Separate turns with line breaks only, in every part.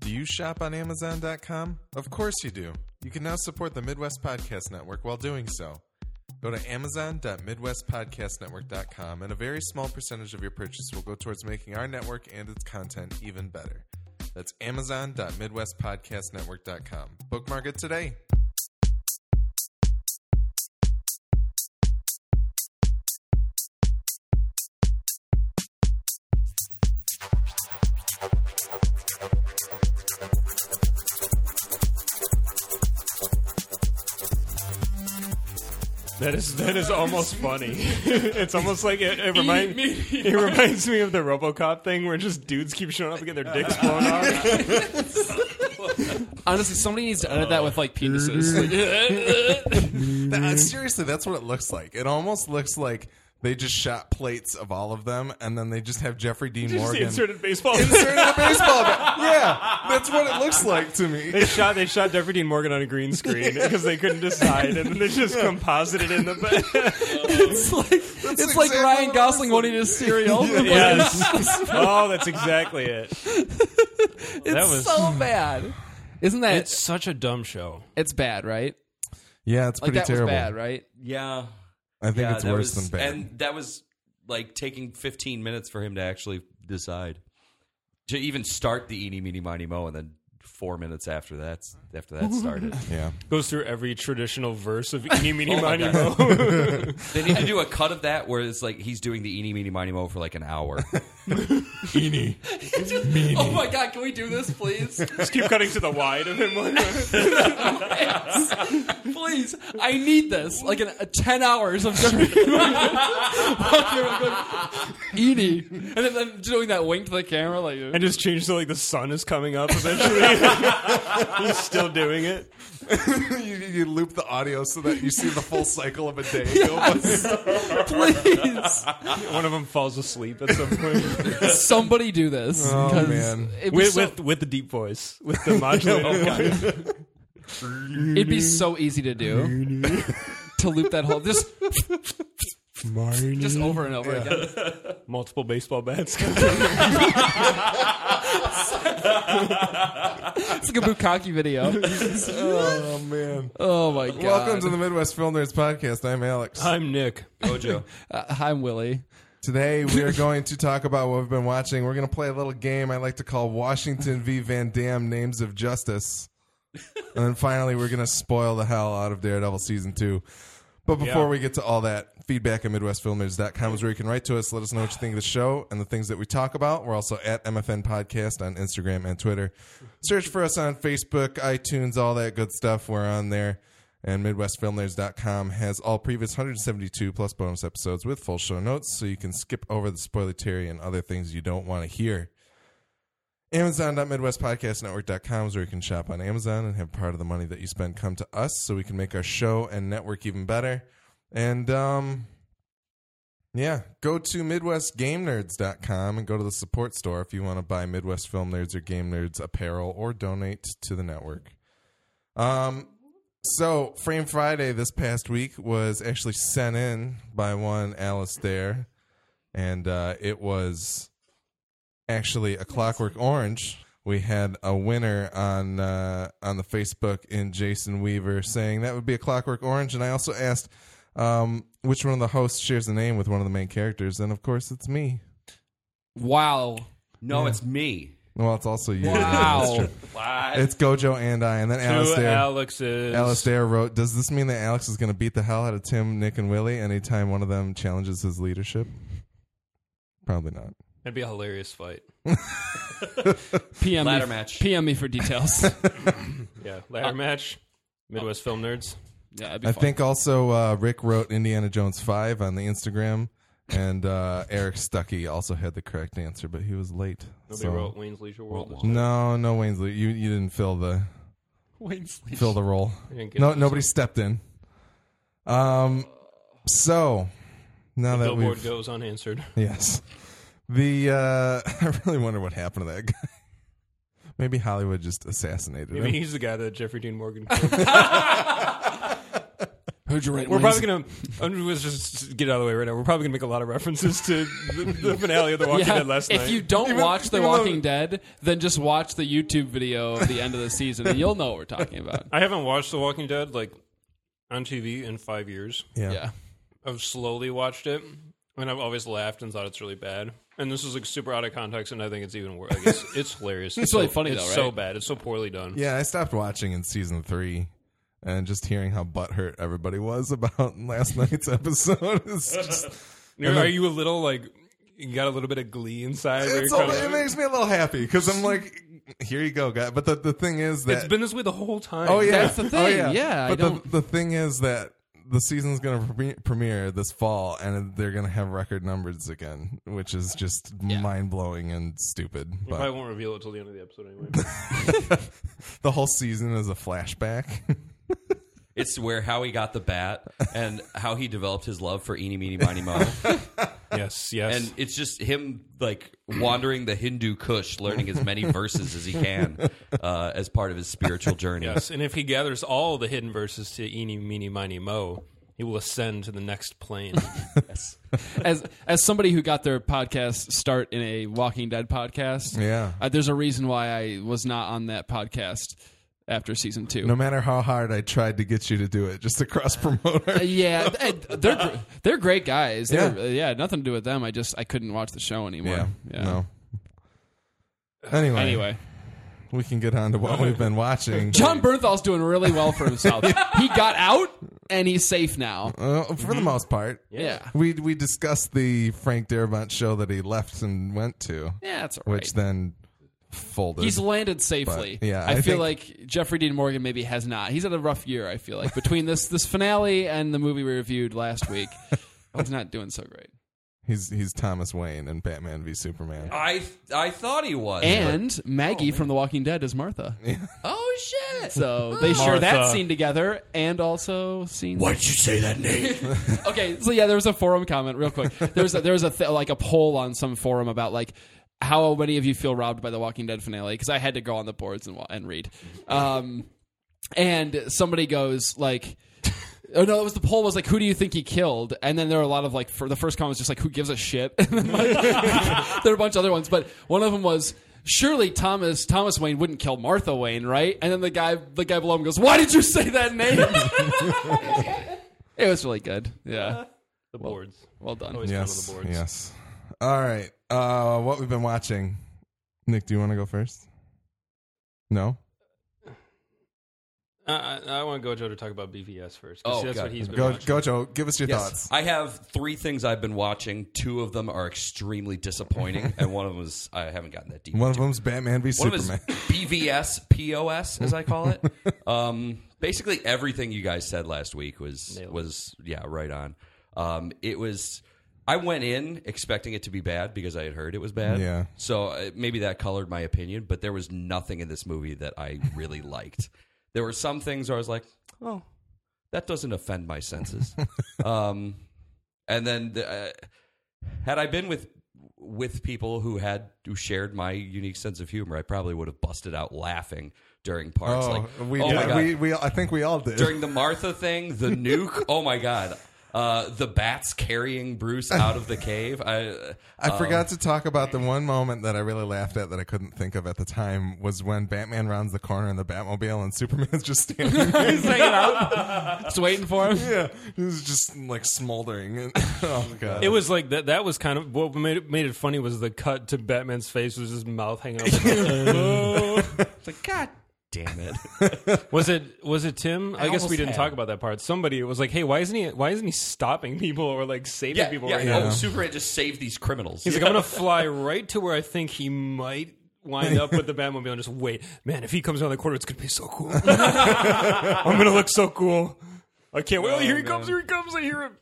Do you shop on Amazon.com? Of course you do. You can now support the Midwest Podcast Network while doing so. Go to Amazon.MidwestPodcastNetwork.com, and a very small percentage of your purchase will go towards making our network and its content even better. That's Amazon.MidwestPodcastNetwork.com. Bookmark it today.
That is that is almost funny. it's almost like it, it reminds it reminds me of the RoboCop thing where just dudes keep showing up and get their dicks blown off.
Honestly, somebody needs to edit that with like penises.
Th-
Mm-hmm.
uh, seriously, that's what it looks like. It almost looks like they just shot plates of all of them, and then they just have Jeffrey Dean
Just
Morgan
inserted baseball.
inserted a baseball bat. Yeah, that's what it looks like to me.
They shot they shot Jeffrey Dean Morgan on a green screen because they couldn't decide, and then they just composited in the.
it's like it's like
exactly
Ryan
what it
Gosling
looks
wanting to cereal.
yes. oh, that's exactly it.
It's
That was-
so bad. Isn't that
It's
it's,
such a dumb show.
bad, right?
Yeah, it's
Like
pretty
that
terrible.
was bad, right?
Yeah.
I think
yeah,
it's
that
worse
was-
than bad.
And that was like taking 15 minutes for him to actually decide to even start the eeny meeny miny mo, and then four minutes after that after that started,
yeah,
Goes through every traditional verse of Eeny Meeny Miny Mo.
they need to do a cut of that where it's like he's doing the eeny meeny miny mo for like an hour.
Eeny.
Oh my god, can we do this, please?
Just keep cutting to the wide of him.
please, I need this. Like an, uh, ten hours of Jeffrey Dean Morgan walking around going, Edie, and then, then doing that wink to the camera, like
and just change to like the sun is coming up eventually. He's still doing it.
you, you loop the audio so that you see the full cycle of a day. go by.
please,
One of them falls asleep at some point
somebody do this.
Oh,
'cause
man.
it'd be,
with
so,
with with the deep voice, with the modulated voice.
it'd be so easy to do to loop that whole just just over and over again.
multiple baseball bats.
It's like a bukkake video.
oh man!
Oh my god!
Welcome to the Midwest Film Nerds podcast. I'm Alex.
I'm Nick.
Gojo.
Uh, I'm Willie.
Today we are going to talk about what we've been watching. We're going to play a little game I like to call Washington v. Van Damme Names of Justice. And then finally we're going to spoil the hell out of Daredevil Season 2. But before
Yeah.
we get to all that, feedback at MidwestFilmers.com is where you can write to us. Let us know what you think of the show and the things that we talk about. We're also at MFN Podcast on Instagram and Twitter. Search for us on Facebook, iTunes, all that good stuff. We're on there. And MidwestFilmNerds.com has all previous 172 plus bonus episodes with full show notes, so you can skip over the spoilery and other things you don't want to hear. Amazon.MidwestPodcastNetwork.com is where you can shop on Amazon and have part of the money that you spend come to us so we can make our show and network even better. And um, yeah, go to MidwestGameNerds.com and go to the support store if you want to buy Midwest Film Nerds or Game Nerds apparel or donate to the network. Um, so, Frame Friday this past week was actually sent in by one Alice there, and uh, it was actually a Clockwork Orange. We had a winner on uh, on the Facebook in Jason Weaver saying that would be a Clockwork Orange, and I also asked um, which one of the hosts shares the name with one of the main characters, and of course it's me.
Wow!
No, it's me.
Well, it's also you. That's
Wow!
true. It's Gojo and I, and then Alice there.
Alex's.
Alistair wrote, "Does this mean that Alex is going to beat the hell out of Tim, Nick, and Willie anytime one of them challenges his leadership?" Probably not.
That'd be a hilarious fight.
PM
Ladder
me,
match.
PM me for details.
Yeah, Uh, ladder match. Midwest film nerds.
yeah, that'd be
I
fun.
think also uh, Rick wrote Indiana Jones five on the Instagram, and uh, Eric Stuckey also had the correct answer, but he was late.
Nobody
So-
wrote Wayne's Leisure World.
No, no, Wainsley, you you didn't fill the
Wayne's Leash.
fill the role.
didn't get
No,
it.
nobody stepped in. Um, so now that
Billboard
we've
goes unanswered.
Yes. The uh I really wonder what happened to that guy. Maybe Hollywood just assassinated
Maybe
him.
he's the guy that Jeffrey Dean Morgan. killed.
Heard you right.
We're probably gonna. I'm, let's just get out of the way right now. We're probably gonna make a lot of references to the, the finale of The Walking Dead last
if
night.
you don't watch The
even though-
Walking Dead, then just watch the YouTube video of the end of the season, and you'll know what we're talking about.
I haven't watched The Walking Dead like on TV in five years.
Yeah.
Yeah,
I've slowly watched it, and I've always laughed and thought it's really bad. And this is like super out of context, and I think it's even worse. Like, it's, it's hilarious. It's,
really
so,
funny,
It's
though,
so
right?
bad. It's so poorly done.
Yeah, I stopped watching in season three, and just hearing how butthurt everybody was about last night's episode is just.
Are, are you a little like you got a little bit of glee inside? where
It's
you're
all,
kinda-
it makes me a little happy because I'm like, here you go, guy. But the, the thing is that
it's been this way the whole time.
oh yeah,
That's the
oh,
thing, yeah, I
but the
don't-
the thing is that the season's going to premiere this fall, and they're going to have record numbers again, which is just mind blowing and stupid.
I probably
But
won't reveal it till the end of the episode anyway.
the whole season is a flashback.
It's where how he got the bat and how he developed his love for Eeny Meeny Miny Mo.
yes, yes.
And it's just him like wandering the Hindu Kush, learning as many verses as he can uh, as part of his spiritual journey.
Yes, and if he gathers all the hidden verses to Eeny, Meeny, Miny, Mo, he will ascend to the next plane.
as as somebody who got their podcast start in a Walking Dead podcast,
Yeah.
uh, there's a reason why I was not on that podcast after season two.
no matter how hard I tried to get you to do it, just to cross promote. her.
Uh, Yeah, th- they're gr- they're great guys.
Yeah.
They're, yeah. nothing to do with them. I just I couldn't watch the show anymore.
Yeah, no. Anyway,
Anyway,
we can get on to what we've been watching.
John Bernthal's doing really well for himself. he got out and he's safe now.
Uh, for the most part,
Yeah.
we we discussed the Frank Darabont show that he left and went to,
Yeah, that's all right.
which then folded.
He's landed safely.
But, yeah,
I,
I
feel
think-
like Jeffrey Dean Morgan maybe has not. He's had a rough year. I feel like between this this finale and the movie we reviewed last week, he's not doing so great.
he's he's Thomas Wayne in Batman v Superman.
I I thought he was.
And
Oh,
Maggie from The Walking Dead is Martha.
but- oh shit!
So
Oh.
they share that
Martha.
scene together and also scene.
Why did you say that name?
Okay, so yeah, there was a forum comment real quick. There was a, there was a th- like a poll on some forum about like how many of you feel robbed by the Walking Dead finale because I had to go on the boards and wa- and read. Um, and somebody goes like. Oh no! It was the poll was like, who do you think he killed? And then there were a lot of like, for the first comment was just like, who gives a shit? And then like, there were a bunch of other ones, but one of them was surely Thomas Thomas Wayne wouldn't kill Martha Wayne, right? And then the guy the guy below him goes, why did you say that name? it was really good. Yeah,
the boards.
well done.
Always down on
yes,
the boards.
yes. All right, uh, what we've been watching. Nick, do you want to go first? No.
Uh, I, I want Gojo to talk about BVS first.
Oh,
Oh, that's
God.
what he's been
Go,
watching.
Gojo, give us your
Yes.
thoughts.
I have three things I've been watching. Two of them are extremely disappointing, and one of them is I haven't gotten that deep.
One of them's Batman v
One
Superman.
of his BVS, POS, as I call it. um, basically, everything you guys said last week was was yeah, right on. Um, it was. I went in expecting it to be bad because I had heard it was bad.
Yeah.
So uh, maybe that colored my opinion, but there was nothing in this movie that I really liked. There were some things where I was like, oh, that doesn't offend my senses. um, and then the, uh, had I been with with people who had who shared my unique sense of humor, I probably would have busted out laughing during parts.
oh,
like,
we,
oh my god,
we, we, I think we all did.
during the Martha thing, the nuke. oh my god, uh, the bats carrying Bruce out of the cave. I
I forgot to talk about the one moment that I really laughed at that I couldn't think of at the time was when Batman rounds the corner in the Batmobile and Superman's just standing there.
He's hanging out, just waiting for him.
yeah, he's just like smoldering. And, oh god,
It was like that. That was kind of what made it, made it funny was the cut to Batman's face was his mouth hanging out.
it's like God damn it.
was it was it Tim? I, guess
almost
we didn't
had.
talk about that part. Somebody was like, "Hey, why isn't he? Why isn't he stopping people or like saving
yeah,
people
yeah.
right
oh,
now?"
Superman just saved these criminals.
He's like, I'm gonna fly right to where I think he might wind up with the Batmobile and just wait. Man, if he comes around the corner, it's gonna be so cool. I'm gonna look so cool. I can't wait. Oh, here he comes! Here he comes! I hear him.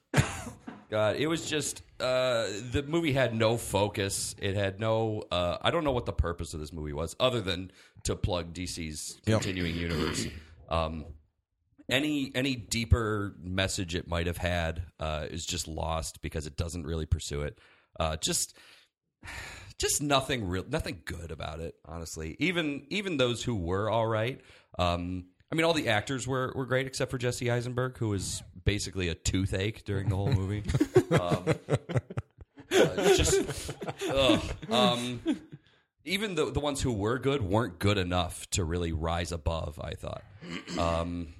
God, it was just uh, the movie had no focus. It had no. Uh, I don't know what the purpose of this movie was, other than to plug DC's continuing universe. Um, any any deeper message it might have had uh, is just lost because it doesn't really pursue it. Uh, just just nothing real, nothing good about it. Honestly, even even those who were all right, um, I mean, all the actors were, were great except for Jesse Eisenberg, who was basically a toothache during the whole movie. um, uh, just, ugh. Um, even the the ones who were good weren't good enough to really rise above. I thought. Um,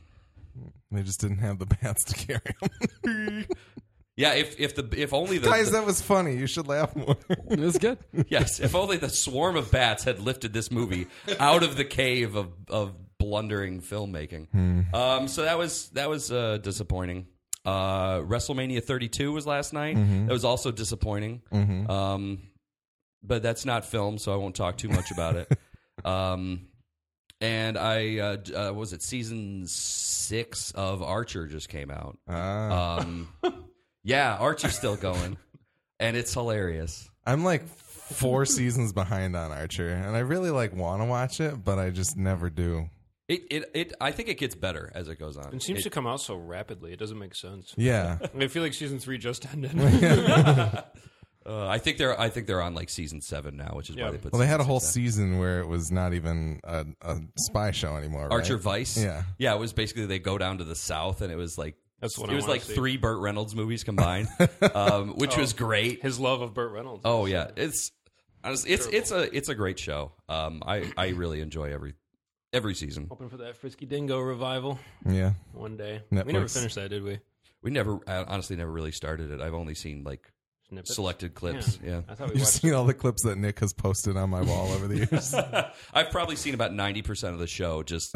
They just didn't have the bats to carry them.
yeah, if if the if only the,
Guys,
the-
that was funny. You should laugh more.
It was good.
yes, if only the swarm of bats had lifted this movie out of the cave of of blundering filmmaking. Um, so that was that was uh, disappointing. Uh, WrestleMania 32 was last night. That was also disappointing. Um, but that's not film, so I won't talk too much about it. um, and I uh, d- uh, what was it season six of Archer just came out.
Ah.
Um, yeah, Archer's still going, and it's hilarious.
I'm like four seasons behind on Archer, and I really like want to watch it, but I just never do.
It, it, it, I think it gets better as it goes on.
It seems to come out so rapidly; it doesn't make sense.
Yeah,
I feel like season three just ended.
Uh, I think they're, I think they're on like season seven now, which is why
Yeah.
they put.
well, they had a
season
whole
six
season where it was not even a, a spy show anymore.
out. Archer
right?
Vice.
Yeah.
yeah. It was basically they go down to the south, and it was like
That's what
it
I
was
wanna
like
see. Oh.
three Burt Reynolds movies combined, um, which was great.
His love of Burt Reynolds.
Oh yeah, it's honestly, it's it's a it's a great show. Um, I I really enjoy every every season.
hoping for that Frisky Dingo revival
Yeah,
one day.
Netflix.
We never finished that, did we?
We never, I honestly, never really started it. I've only seen like
Snippets.
selected clips.
Yeah.
yeah.
I thought we
you've
watched.
seen all the clips that Nick has posted on my wall over the years
I've probably seen about ninety percent of the show just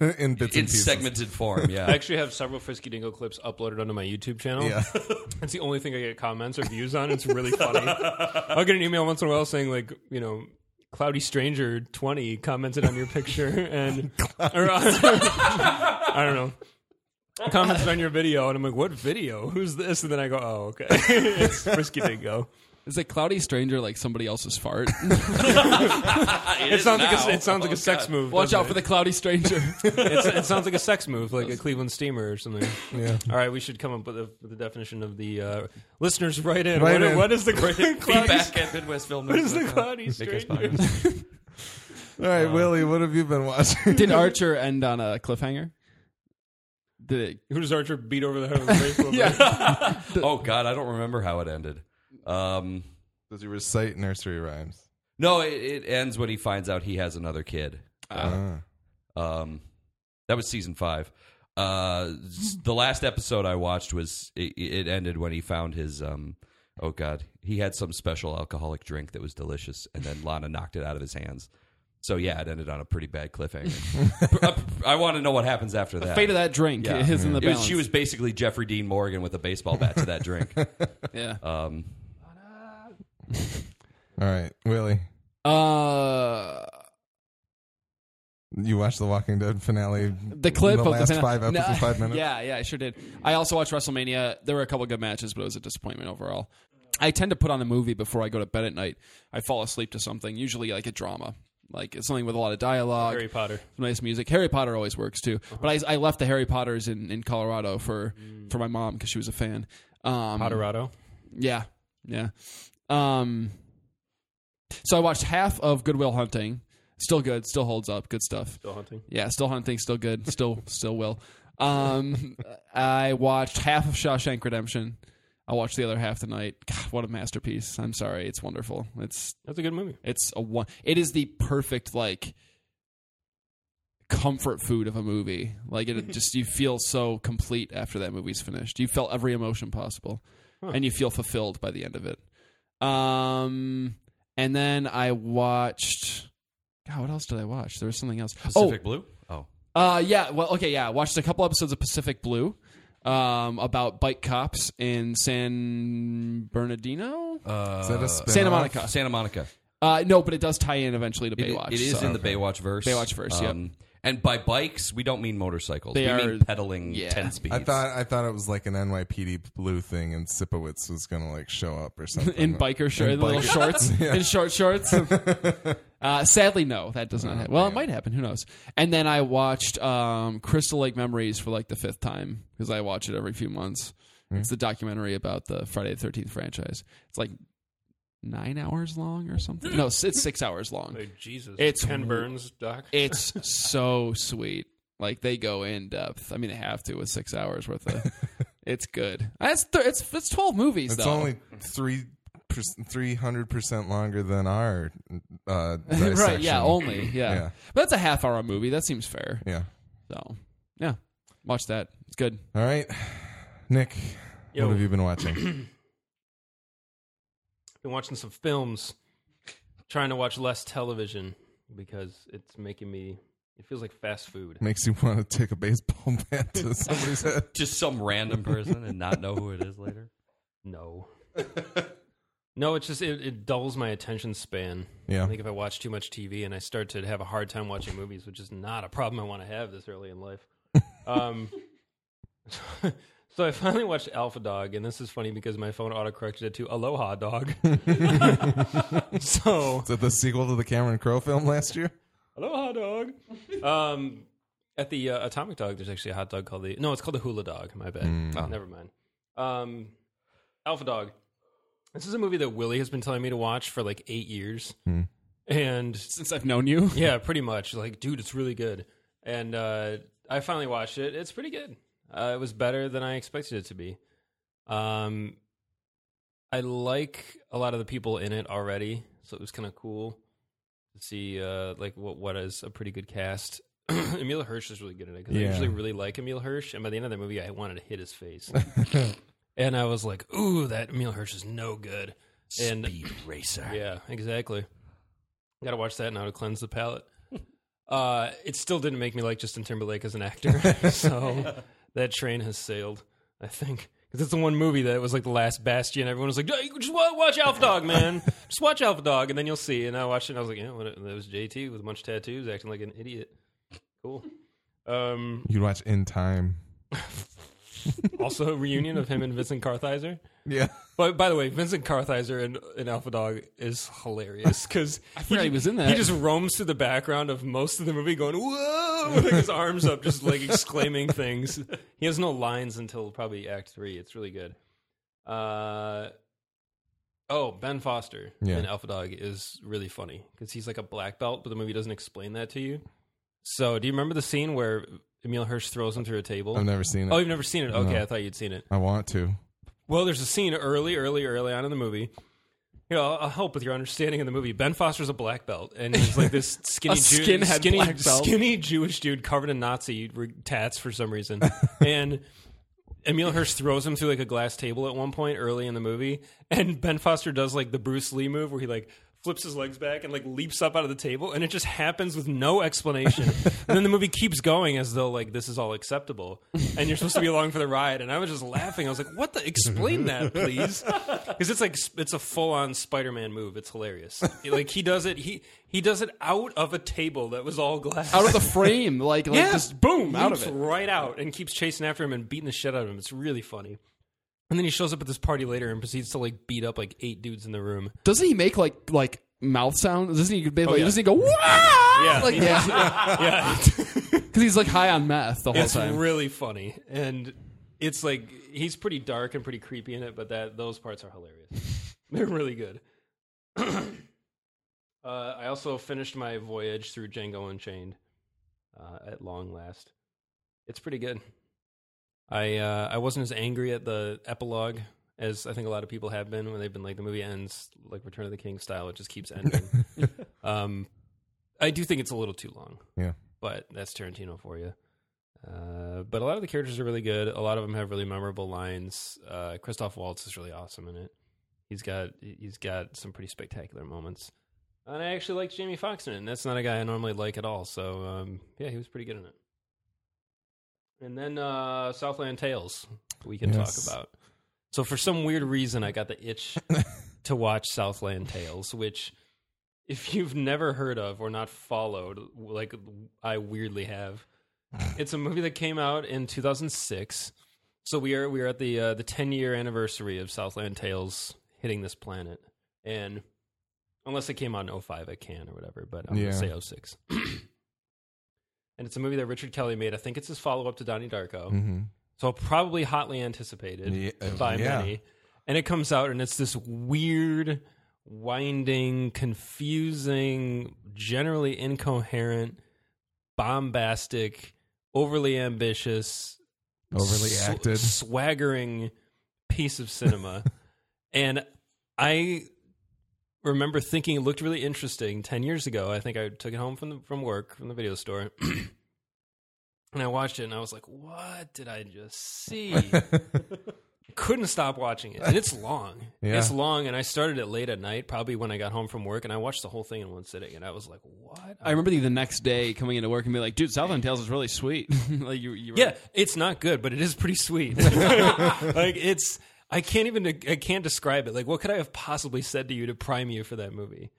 in bits
in
and pieces.
segmented form.
I
Yeah,
actually have several Frisky Dingo clips uploaded onto my YouTube channel.
Yeah,
It's the only thing I get comments or views on. It's really funny. I'll get an email once in a while saying like, you know, Cloudy Stranger twenty commented on your picture and or on, I don't know. Commented on your video and I'm like, what video? Who's this? And then I go, oh, okay, it's Frisky Dingo.
Is it cloudy stranger like somebody else's fart?
It, sounds like
now. Oh,
a, it sounds like a sex move.
Oh, Watch
doesn't
out for the cloudy stranger.
it? It's- it sounds like a sex move, like a Cleveland steamer or something.
yeah.
All right, we should come up with, a, with the definition of the uh, listeners. Right in.
Write
what,
in.
what is the cloudy?
feedback at midwestfilm.
What is the cloudy stranger?
All right, Willie, what have you been watching?
Did Archer end on a cliffhanger? Did it?
Who does Archer beat over the head with a baseball bat?
Oh God, I don't remember how it ended. Um,
Does he recite nursery rhymes?
no, it, it ends when he finds out he has another kid. Uh,
Ah.
Um, that was season five. Uh, s-
Hmm.
the last episode I watched was it, it ended when he found his um. Oh God, he had some special alcoholic drink that was delicious, and then Lana knocked it out of his hands. So yeah, it ended on a pretty bad cliffhanger. I, want to know what happens after that.
Fate of that drink
Yeah.
is in the
It was-
balance.
she was basically Jeffrey Dean Morgan with a baseball bat to that drink.
yeah.
Um,
All right, Willie,
Uh,
you watched the Walking Dead finale.
the clip
in
of
the last
the
five episodes,
No,
five minutes.
Yeah, yeah, I sure did. I also watched WrestleMania. There were a couple good matches, but it was a disappointment overall. I tend to put on a movie before I go to bed at night. I fall asleep to something, usually like a drama, like it's something with a lot of dialogue.
Harry Potter.
some nice music. Harry Potter always works too. But I, I left the Harry Potters in, in Colorado for, for my mom because she was a fan. Um,
Potterado.
Yeah, yeah. Um, so I watched half of Goodwill Hunting. Still good. Still holds up. Good stuff.
Still hunting.
Yeah, still hunting. Still good. Still still will. Um, I watched half of Shawshank Redemption. I watched the other half tonight. God, what a masterpiece! I'm sorry. It's wonderful. It's
That's a good movie.
it's a one. It is the perfect like comfort food of a movie. Like it just you feel so complete after that movie's finished. You felt every emotion possible, and you feel fulfilled by the end of it. Um, and then I watched. God, what else did I watch? There was something else.
Pacific Blue. Oh,
oh, uh, yeah. Well, okay, yeah. I watched a couple episodes of Pacific Blue. Um, about bike cops in San Bernardino,
Is that a spin-off?
Santa Monica.
Santa Monica.
Uh, no, but it does tie in eventually to
It-
Baywatch.
it is
so.
in the Baywatch verse. Um,
Baywatch verse, yep.
And by bikes, we don't mean motorcycles.
They
we
are-
mean pedaling
yeah.
ten speeds.
I thought I thought it was like an NYPD blue thing, and Sipowicz was gonna like show up or something.
in biker shorts,
In
in little
biker-
shorts, in short shorts. uh, sadly, no, that does
Oh,
not happen. Well, it might happen. Who knows? And then I watched um, Crystal Lake Memories for like the fifth time because I watch it every few months.
Hmm.
It's the documentary about the Friday the Thirteenth franchise. It's like nine hours long or something. No, it's it's six hours long.
Oh, Jesus.
It's-
Ken Burns doc.
It's so sweet. Like they go in depth. I mean, they have to with six hours worth of. it's good. That's th- it's it's twelve movies
It's
though.
only three three hundred percent longer than our uh, dissection.
right? Yeah, only yeah.
Yeah.
But that's a half hour movie. That seems fair.
Yeah.
So yeah, watch that. It's good.
All right, Nick.
Yo.
What have you been watching?
Been watching some films, trying to watch less television because it's making me. It feels like fast food.
Makes you want to take a baseball bat to somebody's head.
Just some random person and not know who it is later.
No. no, it's just it, it dulls my attention span.
Yeah.
I think if I watch too much TV and I start to have a hard time watching movies, which is not a problem I want to have this early in life. Um, so I finally watched Alpha Dog, and this is funny because my phone autocorrected it to Aloha Dog. so
Is that the sequel to the Cameron Crowe film last year?
Aloha Dog. Um, at the uh, Atomic Dog, there's actually a hot dog called the no, it's called the Hula Dog. My bad. Oh, Never mind. Um, Alpha Dog. This is a movie that Willie has been telling me to watch for like eight years, and
Since I've known you,
yeah, pretty much. Like, dude, it's really good. And uh, I finally watched it. It's pretty good. Uh, it was better than I expected it to be. Um, I like a lot of the people in it already, so it was kind of cool to see uh, like what what is a pretty good cast. Emil Hirsch is really good in it because I
Yeah.
usually really like Emil Hirsch, and by the end of the movie, I wanted to hit his face. and I was like, "Ooh, that Emil Hirsch is no good." And
racer.
yeah, exactly. Got to watch that now to cleanse the palate. Uh, it still didn't make me like Justin Timberlake as an actor, so that train has sailed. I think because it's the one movie that was like the last bastion. Everyone was like, "Hey, "Just wa- watch Alpha Dog, man. Just watch Alpha Dog, and then you'll see." And I watched it, and I was like, "Yeah, what, that was JT with a bunch of tattoos, acting like an idiot." Cool. Um,
You'd watch In Time.
also, a reunion of him and Vincent Kartheiser.
Yeah.
But by the way, Vincent Kartheiser in, in Alpha Dog is hilarious because I
forgot he was in that.
He just roams through the background of most of the movie, going "whoa" with like, his arms up, just like exclaiming things. He has no lines until probably Act Three. It's really good. Uh, oh, Ben Foster
Yeah.
in Alpha Dog is really funny because he's like a black belt, but the movie doesn't explain that to you. So, do you remember the scene where Emil Hirsch throws him through a table?
I've never seen it.
Oh, you've never seen it? Okay,
No.
I thought you'd seen it.
I want to.
Well, there's a scene early, early, early on in the movie. You know, I'll- I'll help with your understanding of the movie. Ben Foster's a black belt, and he's like this skinny,
A
Jew,
skinhead
skinny,
black belt.
skinny Jewish dude covered in Nazi re- tats for some reason. and Emil Hirsch throws him through like a glass table at one point early in the movie, and Ben Foster does like the Bruce Lee move where he like flips his legs back and like leaps up out of the table, and it just happens with no explanation. and then the movie keeps going as though like this is all acceptable, and you're supposed to be along for the ride. And I was just laughing. I was like, "What the? Explain that, please." because it's like sp- it's a full-on Spider-Man move. It's hilarious. like he does it. He he does it out of a table that was all glass.
out of the frame, like, like just boom, out of
leaps
it.
right out, and keeps chasing after him and beating the shit out of him. It's really funny. And then he shows up at this party later and proceeds to like beat up like eight dudes in the room.
Doesn't he make like like mouth sounds? Doesn't he? Like,
Oh, yeah.
Doesn't he go? Wow!
Yeah.
like yeah,
Yeah,
because he's like high on meth the whole
it's
time.
really funny, and it's like he's pretty dark and pretty creepy in it, but that those parts are hilarious. They're really good. uh, I also finished my voyage through Django Unchained uh, at long last. It's pretty good. I uh, I wasn't as angry at the epilogue as I think a lot of people have been when they've been like the movie ends like Return of the King style. It just keeps ending. um, I do think it's a little too long
Yeah.
but that's Tarantino for you. Uh, but a lot of the characters are really good. A lot of them have really memorable lines. Uh, Christoph Waltz is really awesome in it. He's got he's got some pretty spectacular moments. And I actually like Jamie Foxx in it. And that's not a guy I normally like at all. So um, yeah, he was pretty good in it. And then uh, Southland Tales we can
Yes.
talk about. So for some weird reason, I got the itch to watch Southland Tales, which if you've never heard of or not followed, like I weirdly have, it's a movie that came out in 2006. So we are we are at the uh, the 10 year anniversary of Southland Tales hitting this planet, and unless it came out in 05, I can or whatever, but I'm
Yeah.
gonna say 06. and it's a movie that Richard Kelly made. I think it's his follow up to Donnie Darko.
Mm-hmm.
So probably hotly anticipated
Yeah, uh,
by
yeah.
many. And it comes out and it's this weird, winding, confusing, generally incoherent, bombastic, overly ambitious,
Overly
sw-
acted.
swaggering piece of cinema. and I remember thinking it looked really interesting 10 years ago. I think I took it home from the, from work, from the video store. and I watched it and I was like, "What did I just see?" Couldn't stop watching it. And it's long.
Yeah.
It's long and I started it late at night, probably when I got home from work and I watched the whole thing in one sitting and I was like, "What?"
I remember the, the next day coming into work and being like, "Dude, Southland Tales is really sweet." like you, you were,
Yeah, it's not good, but it is pretty sweet. like it's I can't even I can't describe it. Like what could I have possibly said to you to prime you for that movie?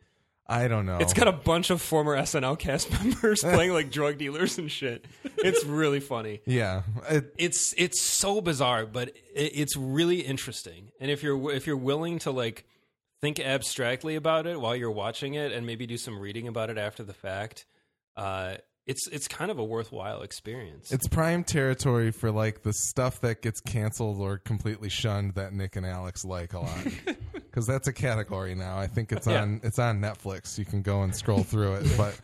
I don't know.
It's got a bunch of former SNL cast members playing like drug dealers and shit. It's really funny.
yeah. It,
It's it's so bizarre, but it, it's really interesting. And if you're if you're willing to like think abstractly about it while you're watching it, and maybe do some reading about it after the fact, uh, it's it's kind of a worthwhile experience.
it's prime territory for like the stuff that gets canceled or completely shunned that Nick and Alex like a lot. Because that's a category now. I think it's on it's on Netflix. You can go and scroll through it. But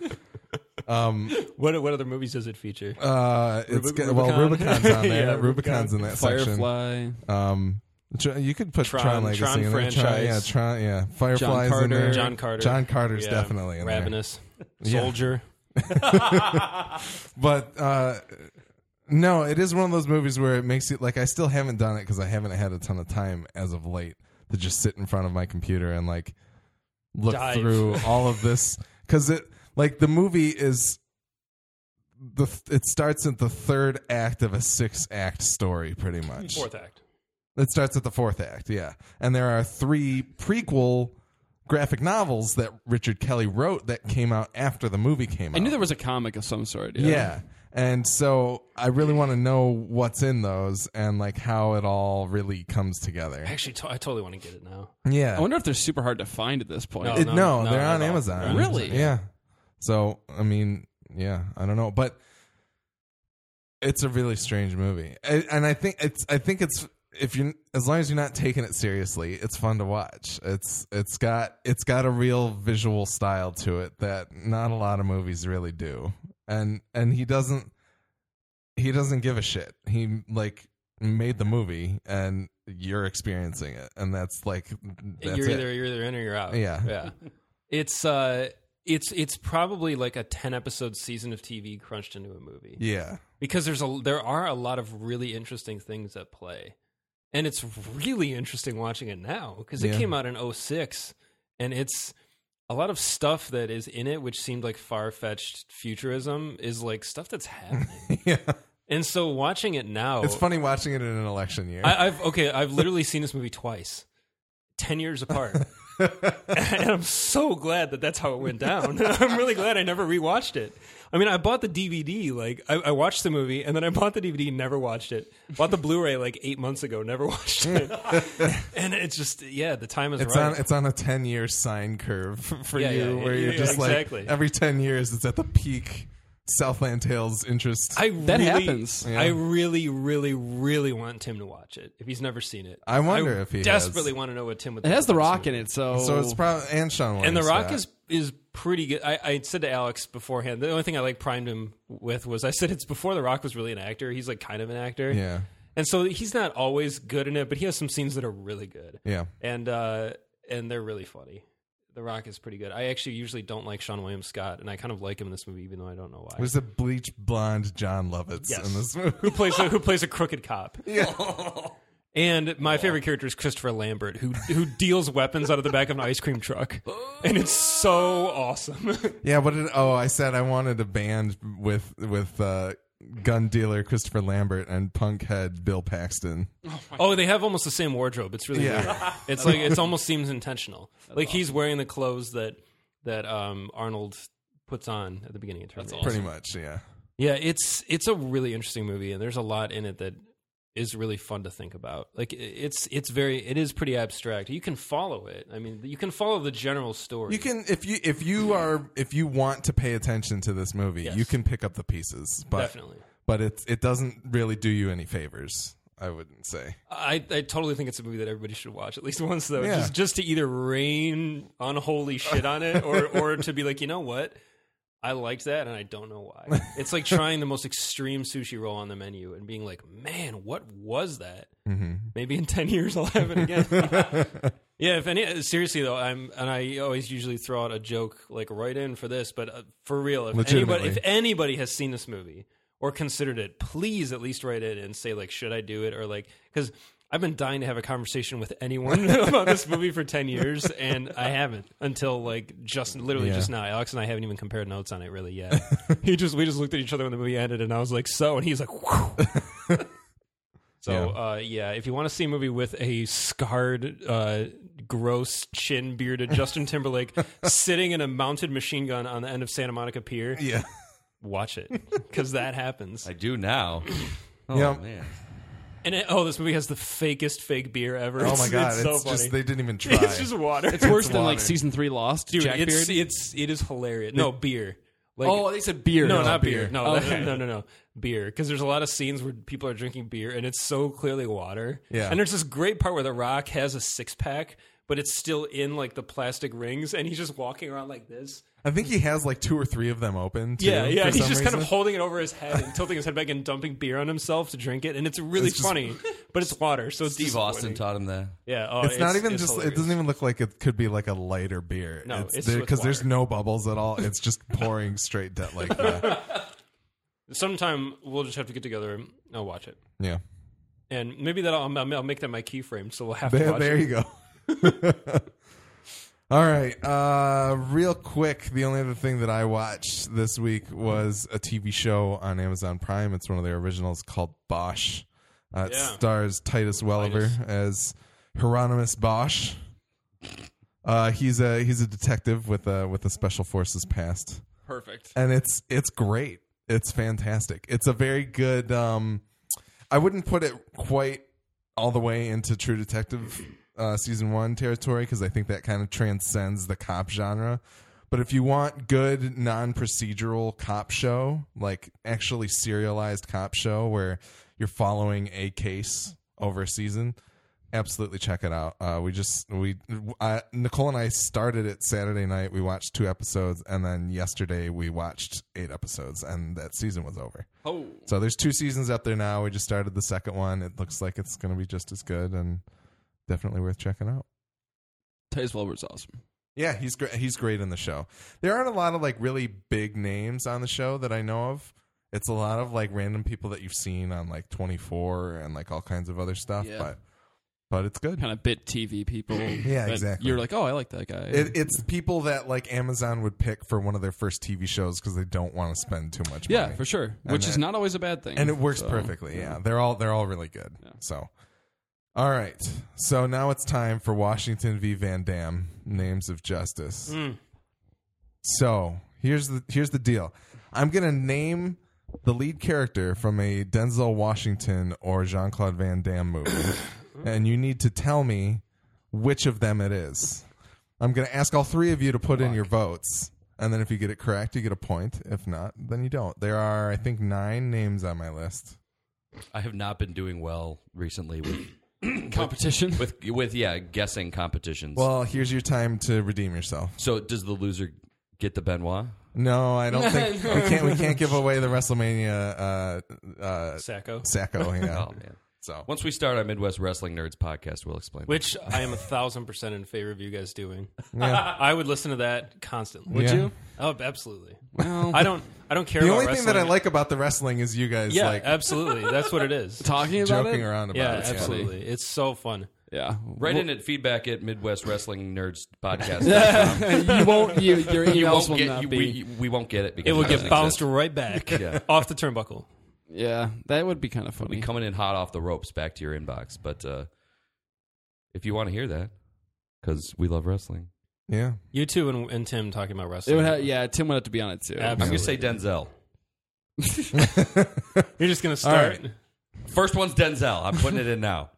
what what other movies does it feature?
uh, it's
Rubi-
got- well,
Rubicon?
Rubicon's on there.
Yeah,
Rubicon's in that section.
Firefly,
Um, Tr- you could put Tron,
Tron-
Legacy
Tron
in there. Tron,
franchise.
yeah, Tron, yeah. Fireflies in
Carter.
there.
John Carter.
John Carter's
Yeah.
definitely in there.
Ravenous. Soldier.
But uh, no, it is one of those movies where it makes it like I still haven't done it because I haven't had a ton of time as of late to just sit in front of my computer and like look
Dive.
through all of this because it like the movie is the it starts at the third act of a six act story pretty much
Fourth act.
It starts at the fourth act, yeah. And there are three prequel graphic novels that Richard Kelly wrote that came out after the movie came out.
I knew there was a comic of some sort. Yeah,
yeah. And so I really want to know what's in those and like how it all really comes together.
Actually, to- I totally want to get it now.
Yeah.
I wonder if they're super hard to find at this point.
No.
It-
Oh,
no,
no,
they're
not
on
at all.
Amazon.
Really?
Yeah. So I mean, yeah, I don't know, but it's a really strange movie, and and I think it's I think it's if you as long as you're not taking it seriously, it's fun to watch. It's it's got it's got a real visual style to it that not a lot of movies really do, and and he doesn't he doesn't give a shit. He like made the movie and you're experiencing it and that's like that's
you're
it.
either you're either in or you're out.
Yeah.
Yeah. it's uh it's it's probably like a 10 episode season of TV crunched into a movie.
yeah
Because there's a there are a lot of really interesting things at play. And it's really interesting watching it now because it
Yeah.
came out in 06 and it's a lot of stuff that is in it which seemed like far-fetched futurism is like stuff that's happening.
yeah
And so watching it now,
It's funny watching it in an election year.
I, I've okay, I've literally seen this movie twice, ten years apart, and I'm so glad that that's how it went down. I'm really glad I never rewatched it. I mean, I bought the DVD, like I, I watched the movie, and then I bought the DVD, and never watched it. Bought the Blu-ray like eight months ago, never watched it. and it's just yeah, the time is
it's
right.
on it's on a ten year sine curve for
Yeah,
you,
yeah,
where
yeah,
you're
yeah,
just
exactly.
like every ten years it's at the peak. Southland Tales interest.
I
I,
really,
That happens.
I really, really, really want Tim to watch it if he's never seen it.
I wonder if he has.
desperately want to know what Tim would.
it has the Rock in it, so
so it's probably and Sean.
And The
William
Rock
Scott.
is is pretty good. I, I said to Alex beforehand, the only thing I like primed him with was I said it's before The Rock was really an actor. He's like kind of an actor.
yeah,
And so he's not always good in it, but he has some scenes that are really good.
yeah.
And uh and they're really funny. The Rock is pretty good. I actually usually don't like Sean William Scott, and I kind of like him in this movie, even though I don't know why.
There's a bleach blonde John Lovitz
Yes.
in this movie.
who plays a, who plays a crooked cop? And my favorite character is Christopher Lambert, who who deals weapons out of the back of an ice cream truck, and it's so awesome.
yeah, but it, oh, I said I wanted a band with with uh, gun dealer Christopher Lambert and punk head Bill Paxton.
Oh, they have almost the same wardrobe. It's really
Yeah.
weird. It's like it almost seems intentional. like he's wearing the clothes that that um, Arnold puts on at the beginning of Terminator.
Pretty much, yeah.
Yeah, it's it's a really interesting movie, and there's a lot in it that is really fun to think about. Like i- it's it's very it is pretty abstract. You can follow it. I mean, you can follow the general story.
You can if you if you are if you want to pay attention to this movie,
Yes.
you can pick up the pieces. But
definitely.
but it it doesn't really do you any favors. I wouldn't say.
I, I totally think it's a movie that everybody should watch at least once though,
Yeah.
just just to either rain unholy shit on it or or to be like, you know what, I liked that, and I don't know why. It's like trying the most extreme sushi roll on the menu and being like, "Man, what was that?" Maybe in ten years I'll have it again. yeah, if any seriously though, I'm and I always usually throw out a joke like right in for this, but uh, for real, if anybody
Legitimately.
if anybody has seen this movie or considered it, please at least write it and say like, "Should I do it?" or like because. I've been dying to have a conversation with anyone about this movie for 10 years, and I haven't until like just literally
Yeah.
just now. Alex and I haven't even compared notes on it really yet. he just we just looked at each other when the movie ended, and I was like, so, and he's like, whew. so yeah. Uh, yeah. If you want to see a movie with a scarred, uh, gross, chin bearded Justin Timberlake sitting in a mounted machine gun on the end of Santa Monica Pier,
Yeah.
watch it because that happens.
I do now. Oh
Yeah.
man,
And it, oh, this movie has the fakest fake beer ever.
Oh
It's-
my god! It's,
it's, so funny.
just they didn't even try.
it's just water.
It's worse than like
water.
season three Lost.
Dude,
Jack
it's,
Beard.
it's it is hilarious. No beer. Like,
oh, they said beer.
no, not beer.
Oh,
No, that-
Okay.
no, no, no, beer. Because there's a lot of scenes where people are drinking beer, and it's so clearly water.
Yeah.
And there's this great part where The Rock has a six pack, but it's still in like the plastic rings, and he's just walking around like this.
I think he has like two or three of them open. Too,
yeah, yeah.
for
He's
some
just kind of
reason.
holding it over his head and tilting his head back and dumping beer on himself to drink it, and it's really
It's just-
funny. but it's water, so it's
Steve Austin
disappointing.
taught him that.
Yeah, oh,
It's, not even
it's
just. It
hilarious.
doesn't even look like it could be like a lighter beer.
No, it's with
because there's
water.
no bubbles at all. It's just pouring straight debt like that.
Sometime we'll just have to get together and I'll watch it.
Yeah.
And maybe that I'll, I'll make that my keyframe, so we'll have to
There,
watch
there you
it.
go. All right. Uh, real quick, the only other thing that I watched this week was a TV show on Amazon Prime. It's one of their originals called Bosch. Uh, it
Yeah.
stars Titus Welliver as Hieronymus Bosch. Uh, he's a he's a detective with a with a special forces past
Perfect.
and it's it's great. It's fantastic. It's a very good. Um, I wouldn't put it quite all the way into True Detective uh, season one territory because I think that kind of transcends the cop genre. But if you want good non-procedural cop show, like actually serialized cop show where you're following a case over a season, absolutely check it out. Uh, we just we uh, Nicole and I started it Saturday night. We watched two episodes, and then yesterday we watched eight episodes, and that season was over.
Oh,
So there's two seasons out there now. We just started the second one. It looks like it's going to be just as good, and definitely worth checking out.
Taze Wilber's awesome.
Yeah, he's great. He's great in the show. There aren't a lot of like really big names on the show that I know of. It's a lot of like random people that you've seen on like 24 and like all kinds of other stuff.
Yeah.
But but it's good.
Kind of bit TV people.
Yeah,
that
exactly.
You're like, oh, I like that guy.
It, it's people that like Amazon would pick for one of their first TV shows because they don't want to spend too much
yeah,
money.
for sure.
And
Which is
that-
not always a bad thing.
and it works
So,
perfectly. Yeah. they're all they're all really good. So, all right, so now it's time for Washington v. Van Dam: Names of Justice. So here's the here's the deal. I'm gonna name the lead character from a Denzel Washington or Jean Claude Van Damme movie, and you need to tell me which of them it is. I'm going to ask all three of you to put in your votes. And then if you get it correct, you get a point. If not, then you don't. There are, I think, nine names on my list.
I have not been doing well recently with
Competition.
with with yeah guessing competitions.
Well, here's your time to redeem yourself.
so does the loser get the Benoit?
No, I don't think we can't. We can't give away the WrestleMania uh, uh,
Sacco.
sacco. Yeah.
Oh man.
So
Once we start our Midwest Wrestling Nerds podcast, we'll explain. that.
Which I am a thousand percent in favor of you guys doing. I would listen to that constantly.
yeah.
you?
Oh, absolutely.
Well,
I don't. I don't care.
The
about
only thing that I
wrestling.
like about the wrestling is you guys
Yeah,
like
absolutely. That's what it is.
talking about
joking
it.
around about
Yeah,
it.
absolutely. It's so fun.
Yeah.
Write in at feedback at Midwest Wrestling Nerds podcast.
you won't. You, your emails
you won't
will
get
not
you,
be.
we, we won't get it. Because
It will
it
get
doesn't
bounced
exist.
right back off the turnbuckle.
yeah, that would be kind of funny.
Be coming in hot off the ropes back to your inbox. But uh, if you want to hear that, because we love wrestling,
Yeah.
You two and, and Tim talking about wrestling.
It would. Have, yeah, Tim would have to be on it too.
Absolutely.
I'm going to say Denzel.
You're just gonna start.
right.
First one's Denzel. I'm putting it in now.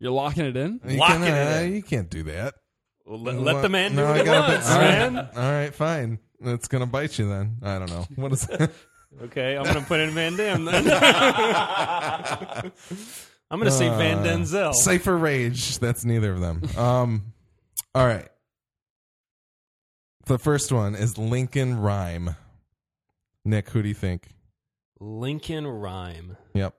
You're locking it in.
You can't,
Locking
uh,
it in.
you can't do that.
Let, let the man do
No,
what
I
he
gotta
wants,
put- all right.
man.
All right, fine. It's gonna bite you then. I don't know. What is that?
Okay, I'm gonna put in Van Dam then. I'm gonna
Uh,
say Van Denzel.
Cipher Rage. That's neither of them. Um, all right. The first one is Lincoln Rhyme. Nick, who do you think?
Lincoln Rhyme.
Yep.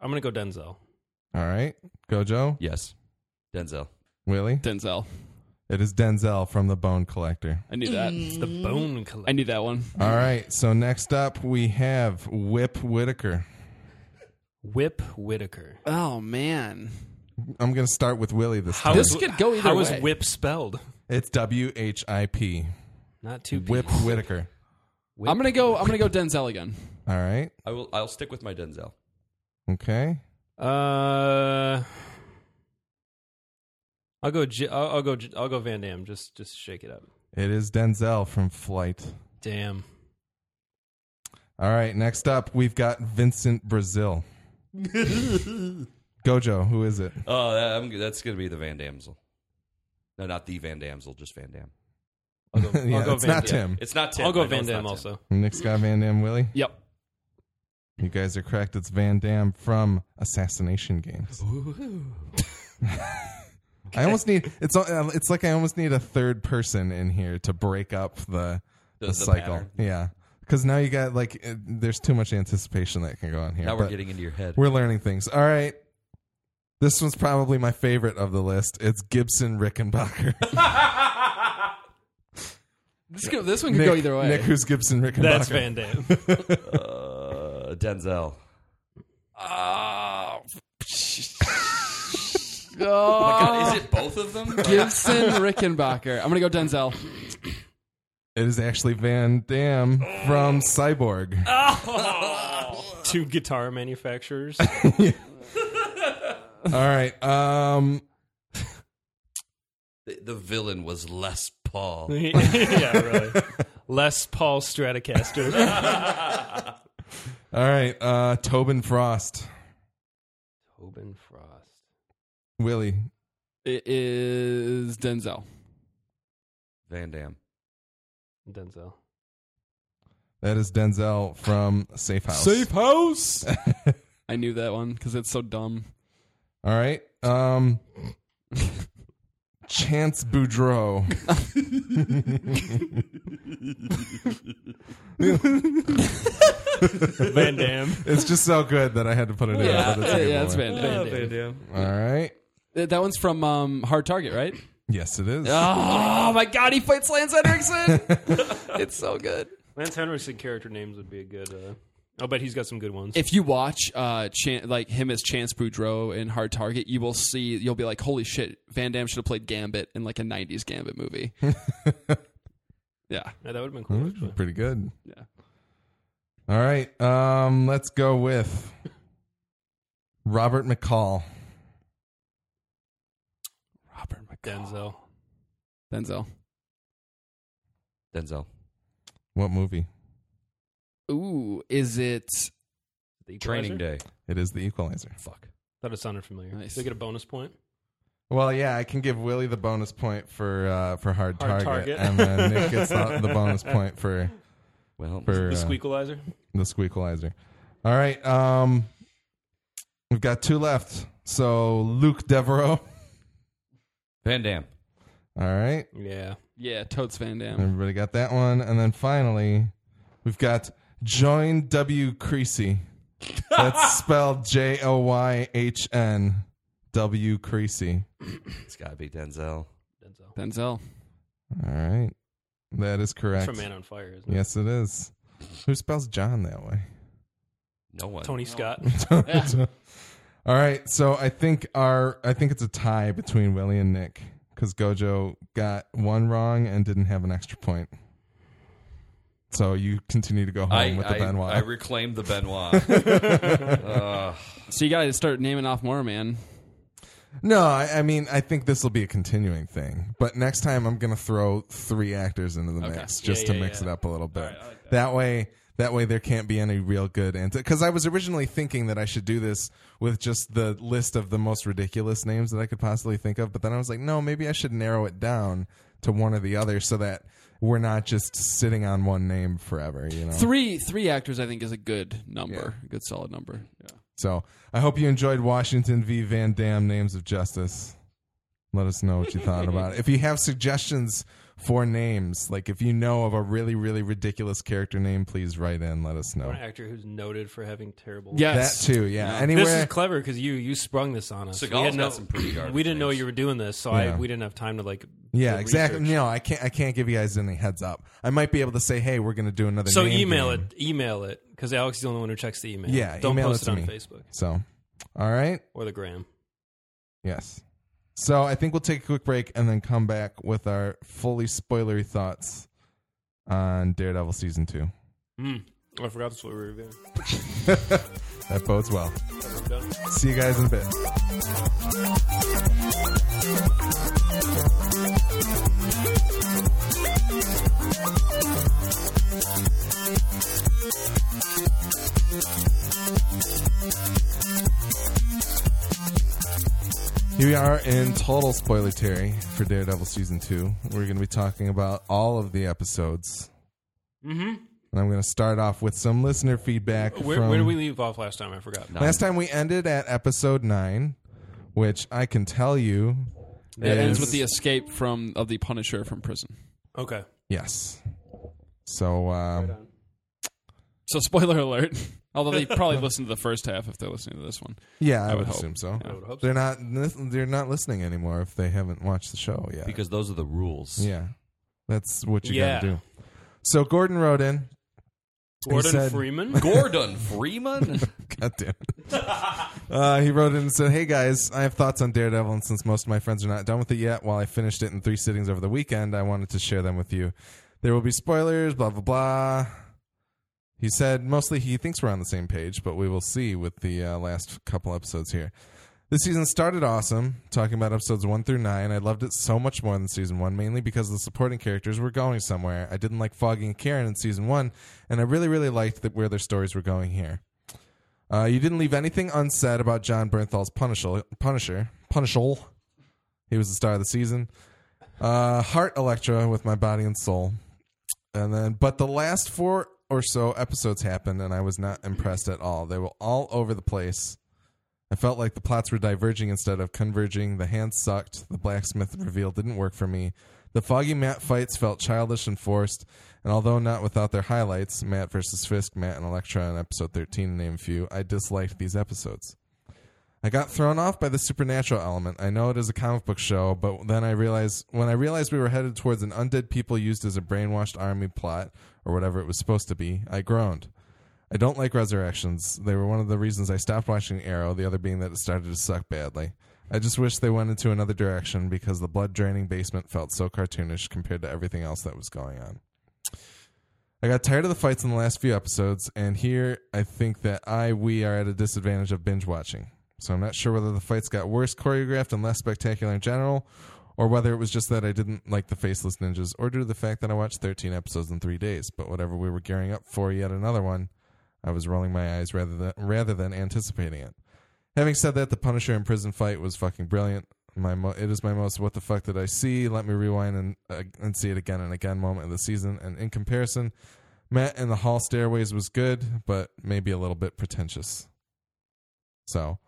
I'm gonna go Denzel.
All right. Go, Joe.
Yes, Denzel.
Willie.
Denzel.
It is Denzel from The Bone Collector.
I knew that.
It's the bone
I
collector.
knew that one.
All right. So next up, we have Whip Whitaker.
Whip Whitaker.
Oh man,
I'm going to start with Willie this time.
This could go either
How is
way.
whip spelled?
It's W H I P.
Not two
Whip
P's.
Whitaker.
Whip.
I'm gonna go. I'm gonna go Denzel again.
All right.
I will. I'll stick with my Denzel.
Okay.
Uh, I'll go. J- I'll, I'll go. J- I'll go Van Dam. Just, just shake it up.
It is Denzel from Flight.
Damn.
All right. Next up, we've got Vincent Brazil. Gojo, who is it?
Oh, that, I'm, that's gonna be the Van Damsel. No, not the Van Damsel, just Van Dam.
I'll go.
yeah,
I'll go
it's
Van
not
Dam.
Tim.
It's not Tim.
I'll
I
go
know
Van
it's not
Dam
Tim.
also.
Nick Scott Van Dam, Willie.
Yep.
You guys are correct. It's Van Dam from Assassination Games. I almost need it's uh, it's like I almost need a third person in here to break up the the,
the
cycle.
pattern.
Yeah, because now you got like it, there's too much anticipation that can go on here.
Now we're
but
getting into your head.
we're learning things. All right, this one's probably my favorite of the list. It's Gibson Rickenbacker.
This could, this one could
Nick,
go either way.
Nick, who's Gibson Rickenbacker?
That's Van Dam.
Uh, Denzel.
Oh,
God, is it both of them?
Gibson Rickenbacker. I'm gonna go Denzel.
It is actually Van Dam from Cyborg.
two guitar manufacturers.
All right. Um,
the, the villain was Les Paul.
yeah, really. Les Paul Stratocaster.
all right. Uh, Tobin Frost.
Tobin Frost.
Willie.
It is Denzel.
Van Dam.
Denzel.
That is Denzel from Safe House.
house. I knew that one because it's so dumb.
All right. Um, Chance Boudreau.
Van Dam.
It's just so good that I had to put it in.
Yeah,
but it's a good
yeah, it's
one.
Oh, Van Damme.
Van Dam.
All right.
Th- That one's from um, Hard Target, right?
Yes, it is.
Oh my God, he fights Lance Henriksen. it's so good.
Lance Henriksen character names would be a good. Uh, I'll bet he's got some good ones.
If you watch uh, Chan- like him as Chance Boudreau in Hard Target, you will see you'll be like, "Holy shit, Van Damme should have played Gambit in like a '90s Gambit movie." yeah,
Yeah, that would have been
Well,
cool.
this was
Actually.
pretty good.
Yeah.
All right. Um, let's go with Robert McCall.
Robert McCall,
Denzel.
Denzel.
Denzel.
What movie?
Ooh, is it?
The
Training
Equalizer?
Day.
It is The Equalizer.
Fuck.
Thought it sounded familiar.
Nice.
Do I get a bonus point?
Well, yeah, I can give Willie the bonus point for uh, for hard,
Hard
target,
Target.
and then Nick gets the, the bonus point for
Well,
for
The
uh,
Squeakalizer?
the squeakalizer. All right, um, we've got two left. So Luke Devereaux.
Van Dam.
All right,
Yeah.
Yeah, Totes Van Damme.
everybody got that one, and then finally we've got Join W Creasy. That's spelled J O Y H N W Creasy.
It's got to be Denzel.
Denzel.
Denzel.
All right, that is correct.
It's from Man on Fire, isn't it?
Yes, it is. Who spells John that way?
No one.
Tony Scott.
All right, so I think our I think it's a tie between Willie and Nick because Gojo got one wrong and didn't have an extra point. So you continue to go home
I,
with the
I,
Benoit.
I reclaimed the Benoit. Ugh.
So you got to start naming off more, man.
no, I, I mean I think this will be a continuing thing, but next time I'm gonna throw three actors into the mix just to
yeah,
mix
yeah.
it up a little bit. that. way. That way, there can't be any real good and because I was originally thinking that I should do this with just the list of the most ridiculous names that I could possibly think of, but then I was like, no, maybe I should narrow it down to one or the other so that we're not just sitting on one name forever. You know,
Three three actors, I think, is a good number, a good solid number. Yeah.
So I hope you enjoyed Washington v. Van Dam Names of Justice. Let us know what you thought about it. If you have suggestions for names, like if you know of a really, really ridiculous character name, please write in. Let us know.
An actor who's noted for having terrible.
That
Yes.
too, yeah. Anywhere,
This is clever because you you sprung this on us.
Seagal's
we had
got
no-
some pretty garbage
We didn't know
names.
you were doing this, so I we didn't have time to like.
yeah,
do
exactly.
research.
No, I can't. I can't give you guys any heads up. I might be able to say, "Hey, we're going to do another."
So
name
email
game.
it, email it, because Alex is the only one who checks the email.
Yeah,
don't
email
post
it
it,
to
on
me.
Facebook
So, all right.
or the gram.
Yes. So I think we'll take a quick break and then come back with our fully spoilery thoughts on Daredevil season two.
Hmm.
Oh, I forgot that's what we were doing.
That bodes well. See you guys in a bit. Here we are in total spoiler terry for Daredevil season two. We're going to be talking about all of the episodes. Mm-hmm. And I'm going to start off with some listener feedback.
Where,
from
where did we leave off last time? I forgot.
Last time we ended at episode nine, which I can tell you
It ends
is-
with the escape from of the Punisher from prison.
Okay,
yes. So um,
So spoiler alert. Although they probably listened to the first half if they're listening to this one.
yeah, I,
would
would,
hope.
assume so.
would hope so.
They're not they're not listening anymore if they haven't watched the show yet.
because those are the rules.
yeah, that's what you
Yeah.
got to do. So Gordon wrote in. He
Gordon
said-
Freeman.
Gordon Freeman.
God damn it. uh, he wrote in and said, Hey guys, I have thoughts on Daredevil, and since most of my friends are not done with it yet, while I finished it in three sittings over the weekend, I wanted to share them with you. There will be spoilers, blah, blah, blah. He said mostly he thinks we're on the same page, but we will see with the uh, last couple episodes here. This season started awesome, talking about episodes one through nine. I loved it so much more than season one, mainly because the supporting characters were going somewhere. I didn't like Foggy and Karen in season one, and I really, really liked that where their stories were going here. Uh, you didn't leave anything unsaid about John Bernthal's Punisher. Punisher. Punishal. He was the star of the season. Uh, Heart Electra with my body and soul. And then, but the last four or so episodes happened, and I was not impressed at all. They were all over the place. I felt like the plots were diverging instead of converging. The hand sucked. The blacksmith reveal didn't work for me. The foggy Matt fights felt childish and forced, and although not without their highlights, Matt versus Fisk, Matt and Electra in episode 13, to name a few, I disliked these episodes. I got thrown off by the supernatural element. I know it is a comic book show, but then I realized when I realized we were headed towards an undead people used as a brainwashed army plot or whatever it was supposed to be, I groaned. I don't like resurrections. They were one of the reasons I stopped watching Arrow, the other being that it started to suck badly. I just wish they went into another direction because the blood draining basement felt so cartoonish compared to everything else that was going on. I got tired of the fights in the last few episodes, and here I think that I, we are at a disadvantage of binge watching. So I'm not sure whether the fights got worse choreographed and less spectacular in general, or whether it was just that I didn't like the faceless ninjas, or due to the fact that I watched 13 episodes in three days. But whatever we were gearing up for, yet another one, I was rolling my eyes rather than rather than anticipating it. Having said that, the Punisher in prison fight was fucking brilliant. My mo- it is my most what the fuck did I see? Let me rewind and uh, and see it again and again moment of the season. And in comparison, Matt and the Hall stairways was good, but maybe a little bit pretentious. So,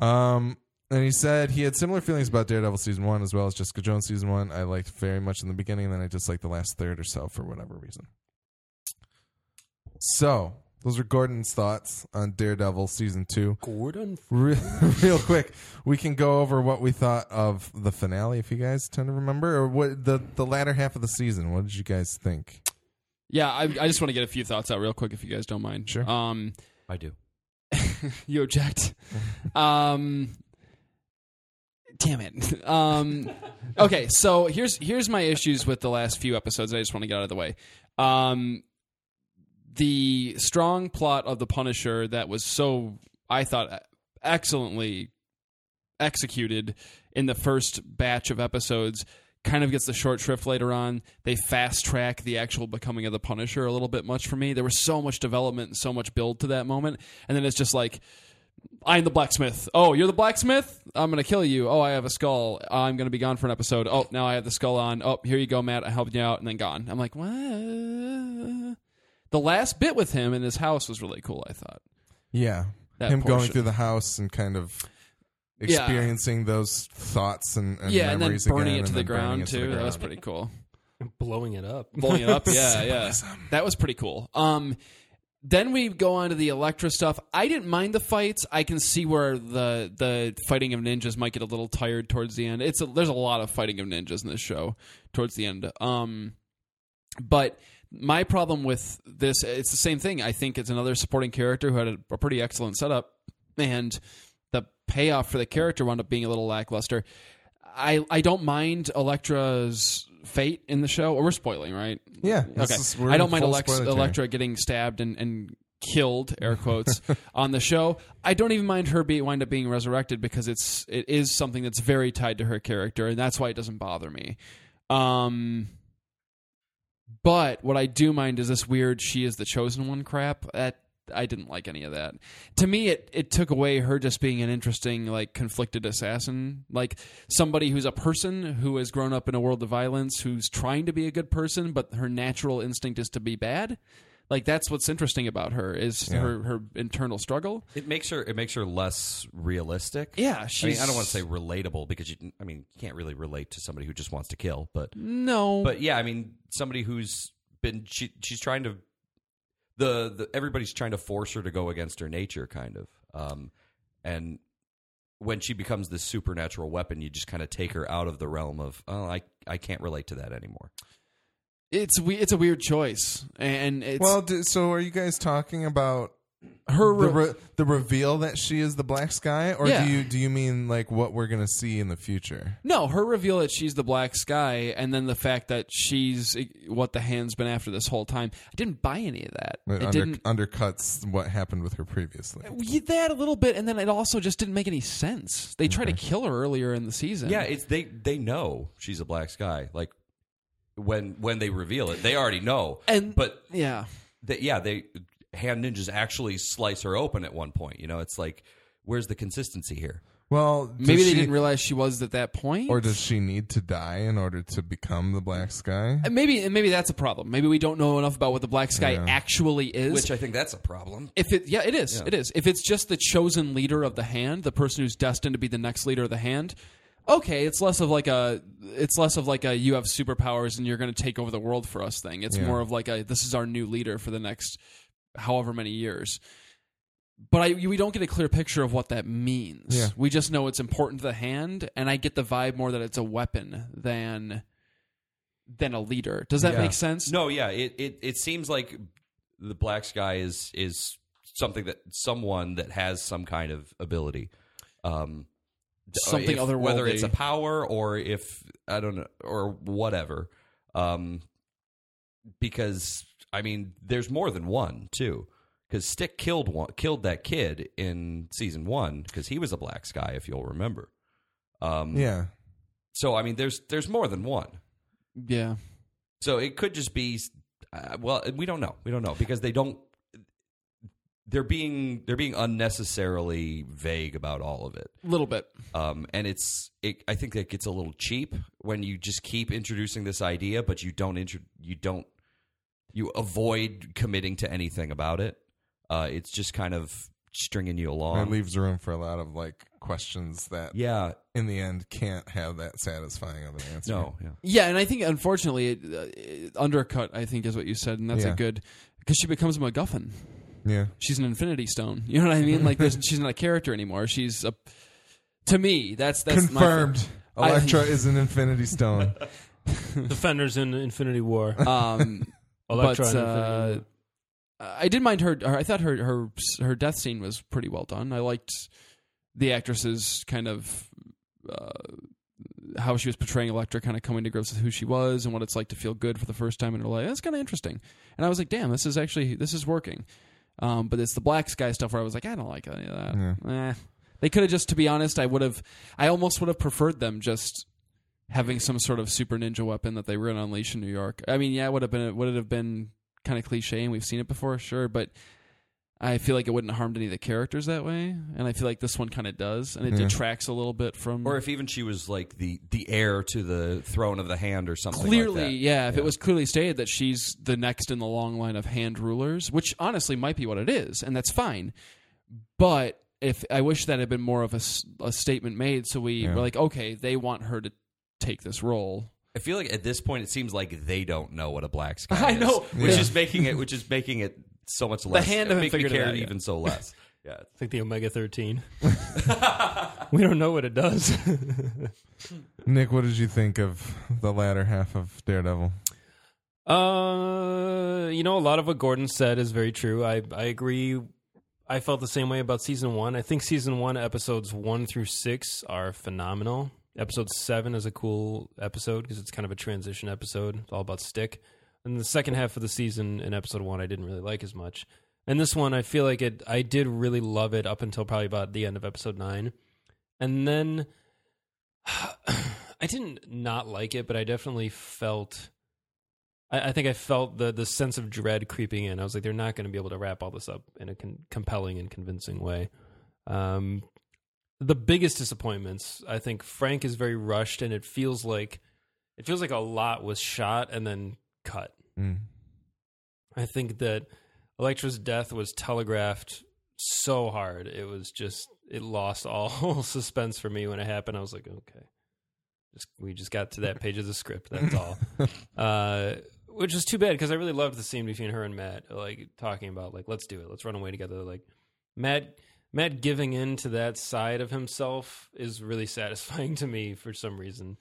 um, and he said he had similar feelings about Daredevil season one as well as Jessica Jones season one. I liked very much in the beginning, then I disliked the last third or so for whatever reason. So those are Gordon's thoughts on Daredevil season two.
Gordon.
Re- real quick, we can go over what we thought of the finale if you guys tend to remember, or what the the latter half of the season. What did you guys think?
Yeah, I, I just want to get a few thoughts out real quick if you guys don't mind.
Sure.
Um,
I do.
you object. um, damn it. Um, okay, so here's here's my issues with the last few episodes. I just want to get out of the way. Um, the strong plot of the Punisher that was so I thought excellently executed in the first batch of episodes kind of gets the short shrift later on. They fast track the actual becoming of the Punisher a little bit much for me. There was so much development and so much build to that moment. And then it's just like, I'm the blacksmith. Oh, you're the blacksmith? I'm going to kill you. Oh, I have a skull. I'm going to be gone for an episode. Oh, now I have the skull on. Oh, here you go, Matt. I helped you out. And then gone. I'm like, what? The last bit with him in his house was really cool, I thought.
Yeah,
That
him going
portion.
through the house and kind of experiencing those thoughts and, and
yeah, and then
memories
burning
again
it to
and
the
then burning
ground
it
too. That was pretty cool.
blowing it up.
blowing it up. Yeah, yeah. That was pretty cool. Um, then we go on to the Electra stuff. I didn't mind the fights. I can see where the the fighting of ninjas might get a little tired towards the end. It's a, there's a lot of fighting of ninjas in this show towards the end. Um, but my problem with this, it's the same thing. I think it's another supporting character who had a, a pretty excellent setup, and the payoff for the character wound up being a little lackluster. I I don't mind Elektra's fate in the show. Or we're spoiling, right?
Yeah, this
Okay.
is- we're
I
in
don't mind
full
Alex,
spoiler territory.
Electra getting stabbed and, and killed, air quotes, on the show. I don't even mind her be, wind up being resurrected because it's it is something that's very tied to her character, and that's why it doesn't bother me. Um, but what I do mind is this weird she is the chosen one crap. That I didn't like any of that. To me it it took away her just being an interesting like conflicted assassin, like somebody who's a person who has grown up in a world of violence, who's trying to be a good person but her natural instinct is to be bad. Like that's what's interesting about her is her her internal struggle.
It makes her it makes her less realistic.
Yeah,
I, mean,
she's
I don't want to say relatable because you I mean you can't really relate to somebody who just wants to kill, but
no.
but yeah, I mean somebody who's been she she's trying to the, the everybody's trying to force her to go against her nature kind of. Um and when she becomes this supernatural weapon, you just kind of take her out of the realm of oh I I can't relate to that anymore.
it's we it's a weird choice and it's
Well, d- so are you guys talking about
her
the
re-
re- the reveal that she is the Black Sky, or
Yeah.
do you do you mean like what we're gonna see in the future?
No, her reveal that she's the Black Sky, and then the fact that she's eh, what the hand's been after this whole time. I didn't buy any of that.
It
It
under, uh,
didn't.
undercuts what happened with her previously.
Yeah, That a little bit, and then it also just didn't make any sense. They tried to kill her earlier in the season.
Yeah, it's they they know she's a black sky. Like when when they reveal it, they already know.
And-
but
yeah,
that yeah they hand ninjas actually slice her open at one point you know it's like where's the consistency here
Well, does
maybe they
she-
didn't realize she was at that point.
Or does she need to die in order to become the Black Sky?
And maybe and maybe that's a problem. Maybe we don't know enough about what the Black Sky
Yeah.
actually is.
which i think that's a problem
if it yeah it is it is if it's just the chosen leader of the hand the person who's destined to be the next leader of the hand okay it's less of like a it's less of like a you have superpowers and you're going to take over the world for us thing it's
Yeah.
more of like a this is our new leader for the next however many years but I, we don't get a clear picture of what that means
Yeah.
we just know it's important to the hand and i get the vibe more that it's a weapon than than a leader does that
Yeah.
make sense
no yeah it, it it seems like the black sky is is something that someone that has some kind of ability um
Something
if- whether it's a
otherworldly.
power or if i don't know or whatever um because i mean there's more than one too because stick killed one killed that kid in season one because he was a black sky if you'll remember um
yeah.
so i mean there's there's more than one
yeah
so it could just be, uh, well, we don't know. We don't know because they don't. They're being they're being unnecessarily vague about all of it,
a little bit
um, and it's. It, I think that gets a little cheap when you just keep introducing this idea, but you don't intro, you don't you avoid committing to anything about it. Uh, it's just kind of stringing you along.
Um,
It leaves room for a lot of like questions that
yeah,
in the end can't have that satisfying of an answer.
no, yeah.
Yeah, and I think unfortunately, it, uh, it, undercut. I think is what you said, and that's
Yeah.
a good because she becomes a MacGuffin.
Yeah.
She's an Infinity Stone. You know what I mean? Like there's, she's not a character anymore. She's a. To me, that's that's my
Confirmed.
I-
Electra is an Infinity Stone.
Defenders in Infinity War.
thing. Um,
Electra
but
in Infinity
uh,
War.
I did mind her, her. I thought her her her death scene was pretty well done. I liked the actress's kind of. Uh, how she was portraying Electra, kind of coming to grips with who she was and what it's like to feel good for the first time in her life. That's kind of interesting. And I was like, damn, this is actually this is working. Um, but it's the black sky stuff where I was like, I don't like any of that. Eh. They could have just, to be honest, I would have, I almost would have preferred them just having some sort of super ninja weapon that they were going to unleash in New York. I mean, yeah, it would have been, would it have been kind of cliche and we've seen it before, sure, but I feel like it wouldn't have harmed any of the characters that way. And I feel like this one kind of does, and it detracts a little bit from.
Or if even she was like the the heir to the throne of the hand or something. like
clearly,
that.
yeah, if it was clearly stated that she's the next in the long line of hand rulers, which honestly might be what it is, and that's fine. But if I wish that had been more of a, s- a statement made, so we were like, okay, they want her to take this role.
I feel like at this point it seems like they don't know what a black sky
I
is,
know.
which
Yeah.
is making it which is making it so much less.
hand haven't
make me
figured it
care
out yet.
even so less. Yeah,
It's like the omega 13. we don't know what it does.
Nick, what did you think of the latter half of Daredevil?
Uh, you know, a lot of what Gordon said is very true. I I agree. I felt the same way about season one. I think season one episodes one through six are phenomenal. Episode seven is a cool episode because it's kind of a transition episode. It's all about stick. And the second half of the season in episode one, I didn't really like as much. And this one, I feel like it. I did really love it up until probably about the end of episode nine, and then I didn't not like it, but I definitely felt. I, I think I felt the the sense of dread creeping in. I was like, they're not going to be able to wrap all this up in a con- compelling and convincing way. Um, the biggest disappointments, I think, Frank is very rushed, and it feels like it feels like a lot was shot and then cut.
Mm.
I think that Electra's death was telegraphed so hard. It was just it lost all suspense for me when it happened. I was like, okay, just we just got to that page of the script. That's all. uh, which was too bad because I really loved the scene between her and Matt, like talking about like let's do it, let's run away together. Like Matt. Matt giving in to that side of himself is really satisfying to me for some reason.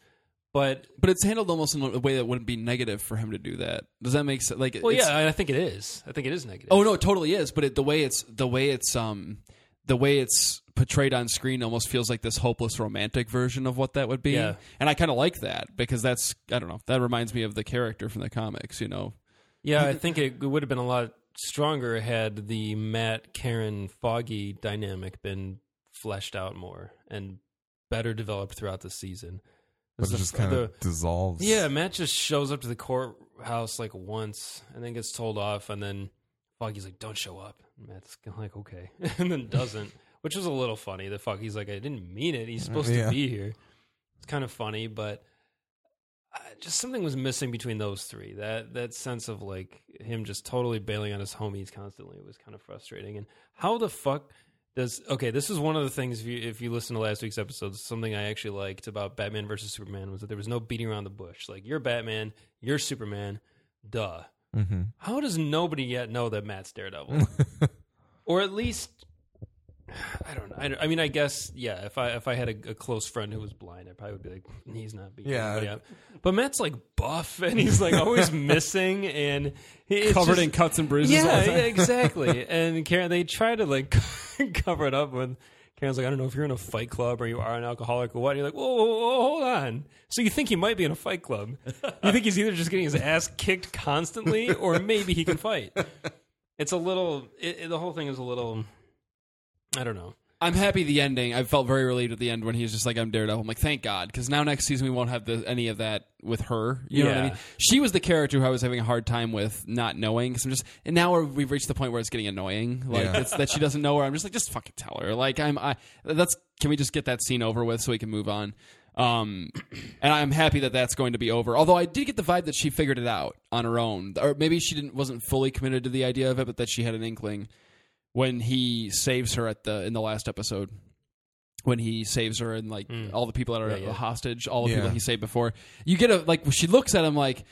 But
But it's handled almost in a way that wouldn't be negative for him to do that. Does that make sense? Like,
well,
it's-
yeah, I- I think it is. I think it is negative.
Oh no, it totally is. But it, the way it's the way it's um the way it's portrayed on screen almost feels like this hopeless romantic version of what that would be.
Yeah.
And I kind of like that because that's I don't know that reminds me of the character from the comics. You know,
Yeah, I think it would have been a lot stronger had the Matt Karen Foggy dynamic been fleshed out more and better developed throughout the season.
But it
The-
just kind
the-
of dissolves.
yeah, Matt just shows up to the courthouse like once and then gets told off, and then Foggy's like, "Don't show up." And Matt's kinda like, "Okay," and then doesn't, which was a little funny. The Foggy's like, "I didn't mean it. He's supposed
Yeah.
to be here." It's kind of funny, but uh, just something was missing between those three. That that sense of like him just totally bailing on his homies constantly was kind of frustrating. And how the fuck does okay? This is one of the things if you if you listen to last week's episode, something I actually liked about Batman versus Superman was that there was no beating around the bush. Like you're Batman, you're Superman, duh.
Mm-hmm.
How does nobody yet know that Matt's Daredevil? or at least I don't know. I, don't- I mean, I guess yeah. If I if I had a, a close friend who was blind, I probably would be like, he's not beating
Yeah.
anybody up. But Matt's like buff, and he's like always missing, and he, it's
covered
just-
in cuts and bruises. all
yeah,
the time.
yeah, exactly. and Karen, they try to like cover it up when Karen's like, I don't know if you're in a fight club or you are an alcoholic or what. And you're like, whoa, whoa, whoa, hold on. So you think he might be in a fight club? You think he's either just getting his ass kicked constantly, or maybe he can fight. It's a little. It, it- the whole thing is a little. I don't know.
I'm happy the ending. I felt very relieved at the end when he was just like, "I'm Daredevil." I'm like, "Thank God," because now next season we won't have the, any of that with her. You know what I
Yeah.
mean? She was the character who I was having a hard time with not knowing. Because I'm just, and now we're, we've reached the point where it's getting annoying. Like
Yeah.
it's that she doesn't know where. I'm just like, just fucking tell her. Like I'm, I that's can we just get that scene over with so we can move on? Um, and I'm happy that that's going to be over. Although I did get the vibe that she figured it out on her own, or maybe she didn't wasn't fully committed to the idea of it, but that she had an inkling when he saves her at the in the last episode when he saves her and like
Mm.
all the people that are
yeah.
hostage all the
Yeah.
people he saved before you get a like she looks at him like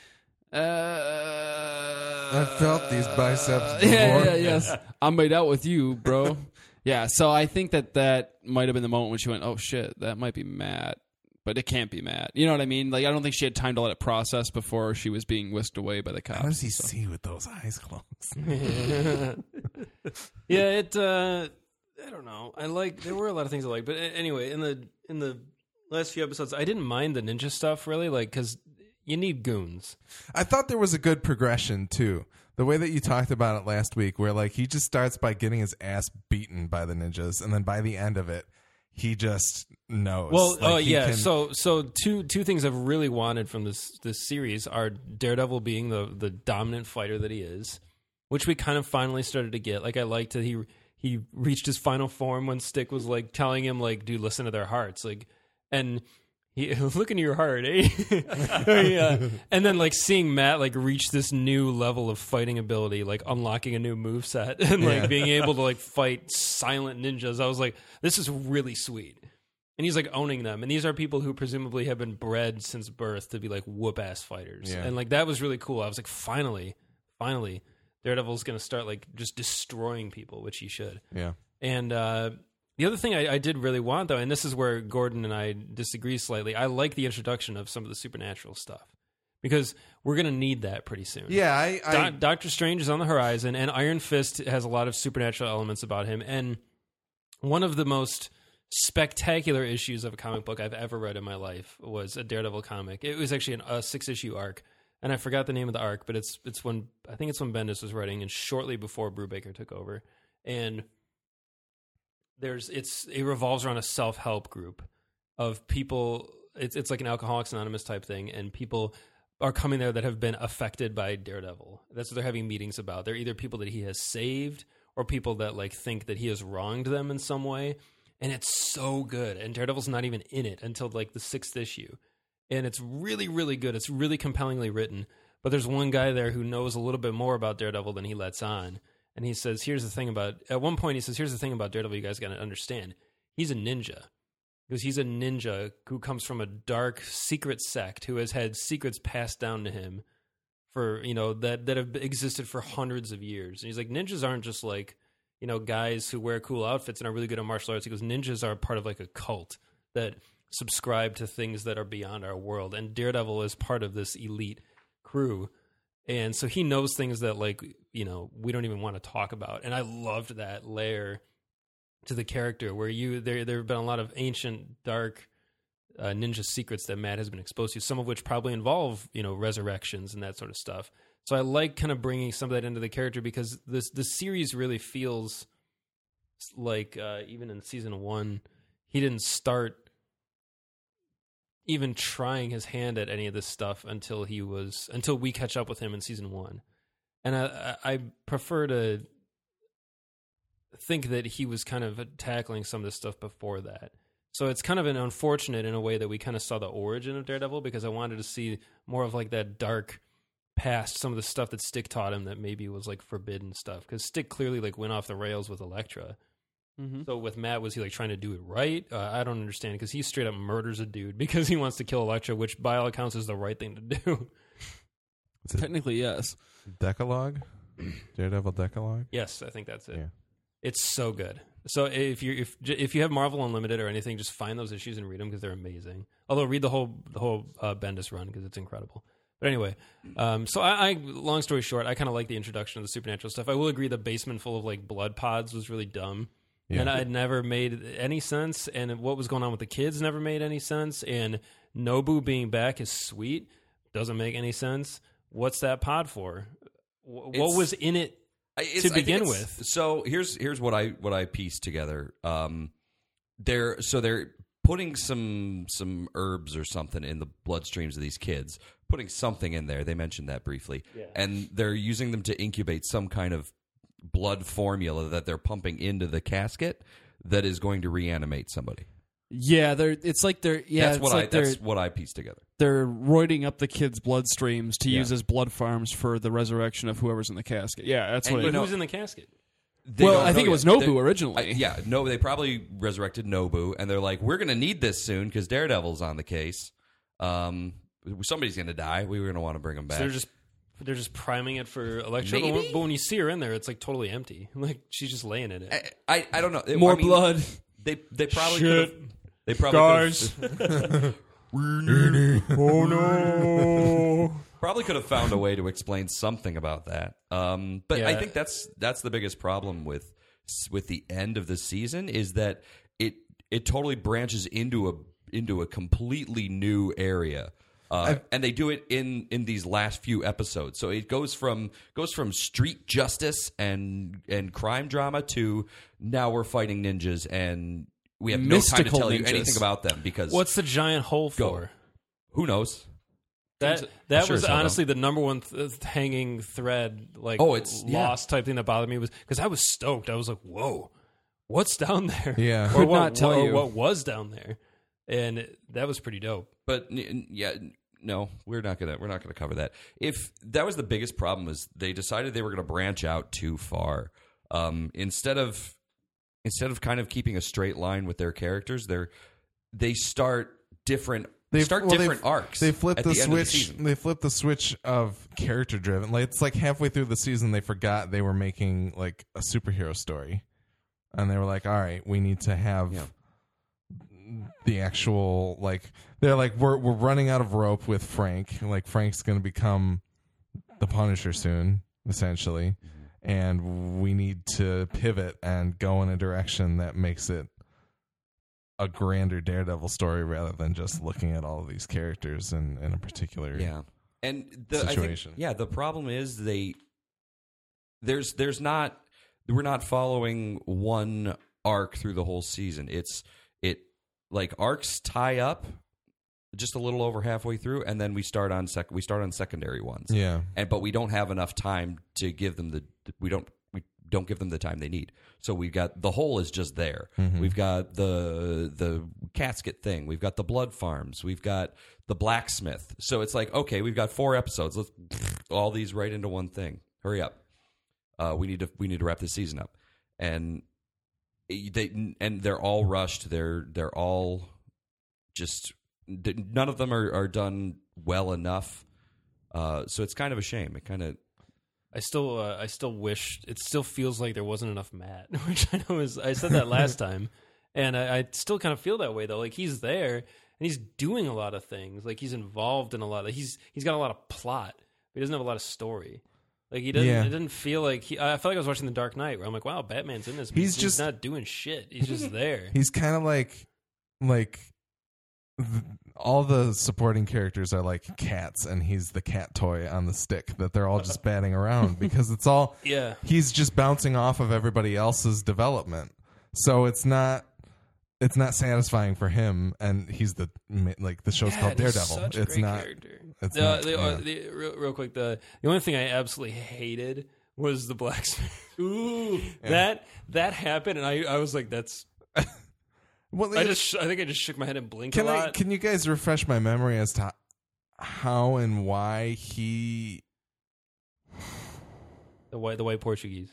uh,
I
i
felt these biceps before.
yeah, yeah yes i made out with you bro yeah so i think that that might have been the moment when she went oh shit that might be matt but it can't be matt you know what i mean like i don't think she had time to let it process before she was being whisked away by the cops
How does he see with those eyes closed?
yeah, it. Uh, I don't know. I like. There were a lot of things I liked, but a- anyway, in the in the last few episodes, I didn't mind the ninja stuff really, like because you need goons.
I thought there was a good progression too. The way that you talked about it last week, where like he just starts by getting his ass beaten by the ninjas, and then by the end of it, he just knows.
Well,
Like,
oh
he
yeah.
can-
So so two two things I've really wanted from this this series are Daredevil being the the dominant fighter that he is, which we kind of finally started to get. Like I liked that he he reached his final form when Stick was like telling him like, dude, listen to their hearts, like, and he, look into your heart, eh? yeah. And then like seeing Matt like reach this new level of fighting ability, like unlocking a new move set and like being able to like fight silent ninjas. I was like, this is really sweet. And he's like owning them. And these are people who presumably have been bred since birth to be like whoop ass fighters.
Yeah.
And like that was really cool. I was like, finally, finally, Daredevil's gonna start like just destroying people, which he should.
Yeah.
And uh, the other thing I, I did really want, though, and this is where Gordon and I disagree slightly, I like the introduction of some of the supernatural stuff because we're going to need that pretty soon.
Yeah, I, I
Do- Doctor Strange is on the horizon, and Iron Fist has a lot of supernatural elements about him. And one of the most spectacular issues of a comic book I've ever read in my life was a Daredevil comic. It was actually an, a six issue arc, and I forgot the name of the arc, but it's it's when I think it's when Bendis was writing, and shortly before Brubaker took over, and there's it's it revolves around a self help group of people. It's it's like an Alcoholics Anonymous type thing, and people are coming there that have been affected by Daredevil. That's what they're having meetings about. They're either people that he has saved or people that like think that he has wronged them in some way. And it's so good. And Daredevil's not even in it until like the sixth issue. And it's really, really good. It's really compellingly written. But there's one guy there who knows a little bit more about Daredevil than he lets on. And he says, Here's the thing about at one point he says, Here's the thing about Daredevil you guys gotta understand. He's a ninja because he's a ninja who comes from a dark secret sect who has had secrets passed down to him for you know that that have existed for hundreds of years and he's like ninjas aren't just like you know guys who wear cool outfits and are really good at martial arts he goes ninjas are part of like a cult that subscribe to things that are beyond our world and daredevil is part of this elite crew and so he knows things that like you know we don't even want to talk about and i loved that layer to the character where you there there have been a lot of ancient dark uh, ninja secrets that Matt has been exposed to, some of which probably involve you know resurrections and that sort of stuff. So I like kind of bringing some of that into the character because this the series really feels like uh, even in season one, he didn't start even trying his hand at any of this stuff until he was until we catch up with him in season one, and I I I prefer to think that he was kind of tackling some of this stuff before that. So it's kind of an unfortunate in a way that we kind of saw the origin of Daredevil because I wanted to see more of like that dark past, some of the stuff that Stick taught him that maybe was like forbidden stuff because Stick clearly like went off the rails with Elektra.
Mm-hmm.
So with Matt, was he like trying to do it right? Uh, I don't understand because he straight up murders a dude because he wants to kill Elektra, which by all accounts is the right thing to do.
Technically, yes.
Decalogue? Daredevil Decalogue?
yes, I think that's it.
Yeah.
It's so good. So if you if if you have Marvel Unlimited or anything, just find those issues and read them because they're amazing. Although read the whole the whole uh, Bendis run because it's incredible. But anyway, um, so I, I long story short, I kind of like the introduction of the supernatural stuff. I will agree the basement full of like blood pods was really dumb,
Yeah.
and it never made any sense. And what was going on with the kids never made any sense. And Nobu being back is sweet, doesn't make any sense. What's that pod for? Wh- What
It's-
was in it?
I- it's-
to
I think
begin
it's-
with.
So here's here's what I what I pieced together. Um, they're so they're putting some some herbs or something in the bloodstreams of these kids, putting something in there. They mentioned that briefly, and they're using them to incubate some kind of blood formula that they're pumping into the casket that is going to reanimate somebody.
Yeah, they're. It's like they're. Yeah,
that's
it's
what
like
I
they're.
that's what I pieced together.
They're roiding up the kids' bloodstreams to use as blood farms for the resurrection of whoever's in the casket. Yeah, that's what.
you
it,
know-
Who's in the casket?
They
Well,
don't
I think
know
it was
yet.
Nobu
They're-
originally.
I- yeah, no, they probably resurrected Nobu, and they're like, "We're going to need this soon because Daredevil's on the case. Um, somebody's going to die. We were going to want to bring him back."
So they're just they're just priming it for Electra. But when,
Maybe?
but when you see her in there, it's like totally empty. Like she's just laying in it.
I, I, I don't know. It-
more
I mean,
blood.
They they probably
Shit.
could've- they probably guys.
Oh no!
probably could have found a way to explain something about that. Um, but I
Yeah.
think that's that's the biggest problem with with the end of the season is that it it totally branches into a into a completely new area. Uh, and they do it in in these last few episodes. So it goes from goes from street justice and and crime drama to now we're fighting ninjas and we have no time
Mystical
to tell you
ninjas.
anything about them because
What's the giant hole
Go.
for?
who knows?
That that
sure
was
as hell
honestly the number one th- hanging thread, like
Oh, it's- yeah.
lost type thing that bothered me was because I was stoked. I was like, "Whoa, what's down there?"
Yeah.
or
Could
what,
not tell
or
you.
what was down there. and that was pretty dope.
but n- n- yeah n- no we're not gonna we're not gonna cover that if that was the biggest problem is they decided they were gonna branch out too far um, instead of instead of kind of keeping a straight line with their characters they're they start different they start
well,
different
they,
arcs
They flip
at
the,
the, end of the
switch.
season.
they flip the switch of character driven. Like it's like halfway through the season, they forgot they were making like a superhero story, and they were like, "All right, we need to have the actual like." They're like, "We're we're running out of rope with Frank. Like Frank's going to become the Punisher soon, essentially, and we need to pivot and go in a direction that makes it." a grander Daredevil story rather than just looking at all of these characters in, in a particular.
yeah and the I think-
Situation.
yeah the problem is they there's there's not we're not following one arc through the whole season it's it like arcs tie up just a little over halfway through and then we start on sec we start on secondary ones
Yeah.
and but we don't have enough time to give them the we don't we don't give them the time they need. So we've got the hole is just there. We've got the the casket thing. We've got the blood farms. We've got the blacksmith. So it's like okay, we've got four episodes. Let's all these right into one thing. Hurry up. Uh, we need to we need to wrap this season up. And they and they're all rushed. They're they're all just th- none of them are, are done well enough. Uh, so it's kind of a shame. It kind of
I still, uh, I still wish it still feels like there wasn't enough Matt, which I know is I said that last time, and I, I still kind of feel that way though. Like he's there and he's doing a lot of things. Like he's involved in a lot of he's he's got a lot of plot, but he doesn't have a lot of story. Like he doesn't.
Yeah.
It didn't feel like he. I felt like I was watching The Dark Knight, where I'm like, wow, Batman's in this. but
He's just-
not doing shit. He's just there.
He's kind of like, like, th- all the supporting characters are like cats, and he's the cat toy on the stick that they're all just batting around because it's all.
yeah.
He's just bouncing off of everybody else's development, so it's not. It's not satisfying for him, and he's the ma- like the show's called
God, he's
Daredevil.
such a
it's
great
not.
character.
it's
the,
not-
the,
yeah.
uh, the- real, real quick, the the only thing I absolutely hated was the blacksmith. Ooh, that that happened, and I I was like, that's.
Well,
I
it-
just sh- I think I just shook my head and blinked
Can
a
I?
lot.
Can you guys refresh my memory as to how and why he?
the white the white Portuguese,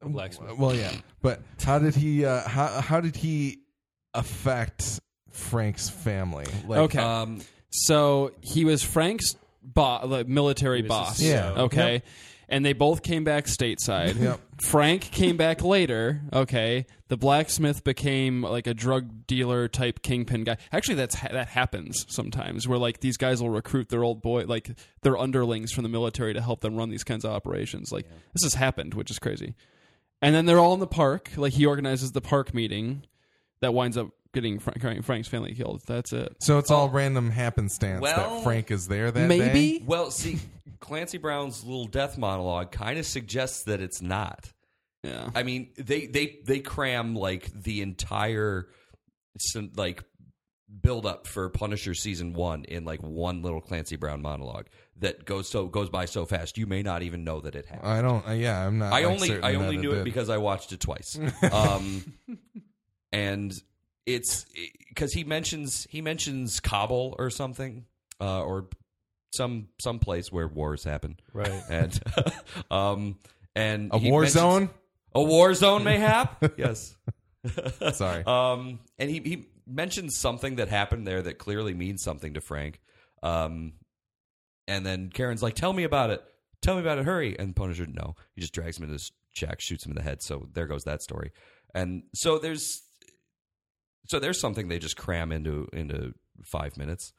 the blacksmith.
Well, yeah, but how did he? Uh, how how did he affect Frank's family? Like,
Okay.
um,
So he was Frank's bo- like, military boss.
Yeah.
Okay. And they both came back stateside.
Yep.
Frank came back later. Okay. The blacksmith became like a drug dealer type kingpin guy. Actually, that's ha- that happens sometimes where like these guys will recruit their old boy, like their underlings from the military to help them run these kinds of operations. Like this has happened, which is crazy. And then they're all in the park. Like he organizes the park meeting that winds up getting Frank- Frank's family killed. That's it.
So it's all random happenstance
Oh. Well,
that Frank is there that
Maybe.
day?
well, see, Clancy Brown's little death monologue kind of suggests that it's not.
Yeah.
I mean, they they they cram like the entire some, like build up for Punisher season one in like one little Clancy Brown monologue that goes so goes by so fast you may not even know that it happened.
I don't. Uh, yeah, I'm not.
I
like,
only
certain
I only
that
knew it
did.
because I watched it twice. Um, and it's because he mentions he mentions Kabul or something uh, or some some place where wars happen,
Right.
And um, and
a
he
war
mentions-
zone.
a war zone, mayhap. yes.
Sorry.
Um, and he he mentions something that happened there that clearly means something to Frank. Um, and then Karen's like, "Tell me about it. Tell me about it. Hurry!" And Punisher, no, he just drags him into his shack, shoots him in the head. So there goes that story. And so there's so there's something they just cram into into five minutes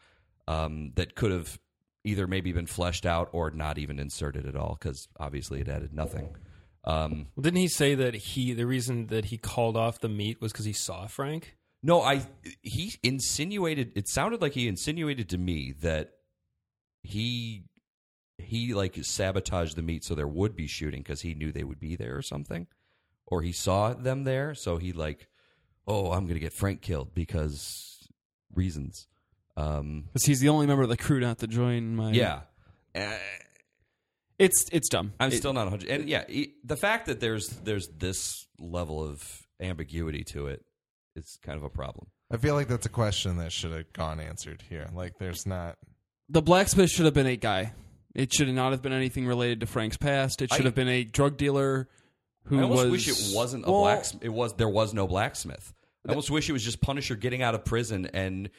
um, that could have either maybe been fleshed out or not even inserted at all because obviously it added nothing. Um,
Well, didn't he say that he the reason that he called off the meet was because he saw Frank?
No, I he insinuated it sounded like he insinuated to me that he he like sabotaged the meet so there would be shooting cuz he knew they would be there or something or he saw them there so he like oh, I'm going to get Frank killed because reasons. Um
Because he's the only member of the crew not to join my.
yeah. Uh,
it's it's dumb.
I'm still not 100 and yeah, he- the fact that there's there's this level of ambiguity to it is kind of a problem.
I feel like that's a question that should have gone answered here. Like, there's not.
The blacksmith should have been a guy. It should not have been anything related to Frank's past. It should
I-
have been a drug dealer who
I almost
was.
wish it wasn't a
Well,
blacksmith. It was there was no blacksmith. I almost wish it was just Punisher getting out of prison and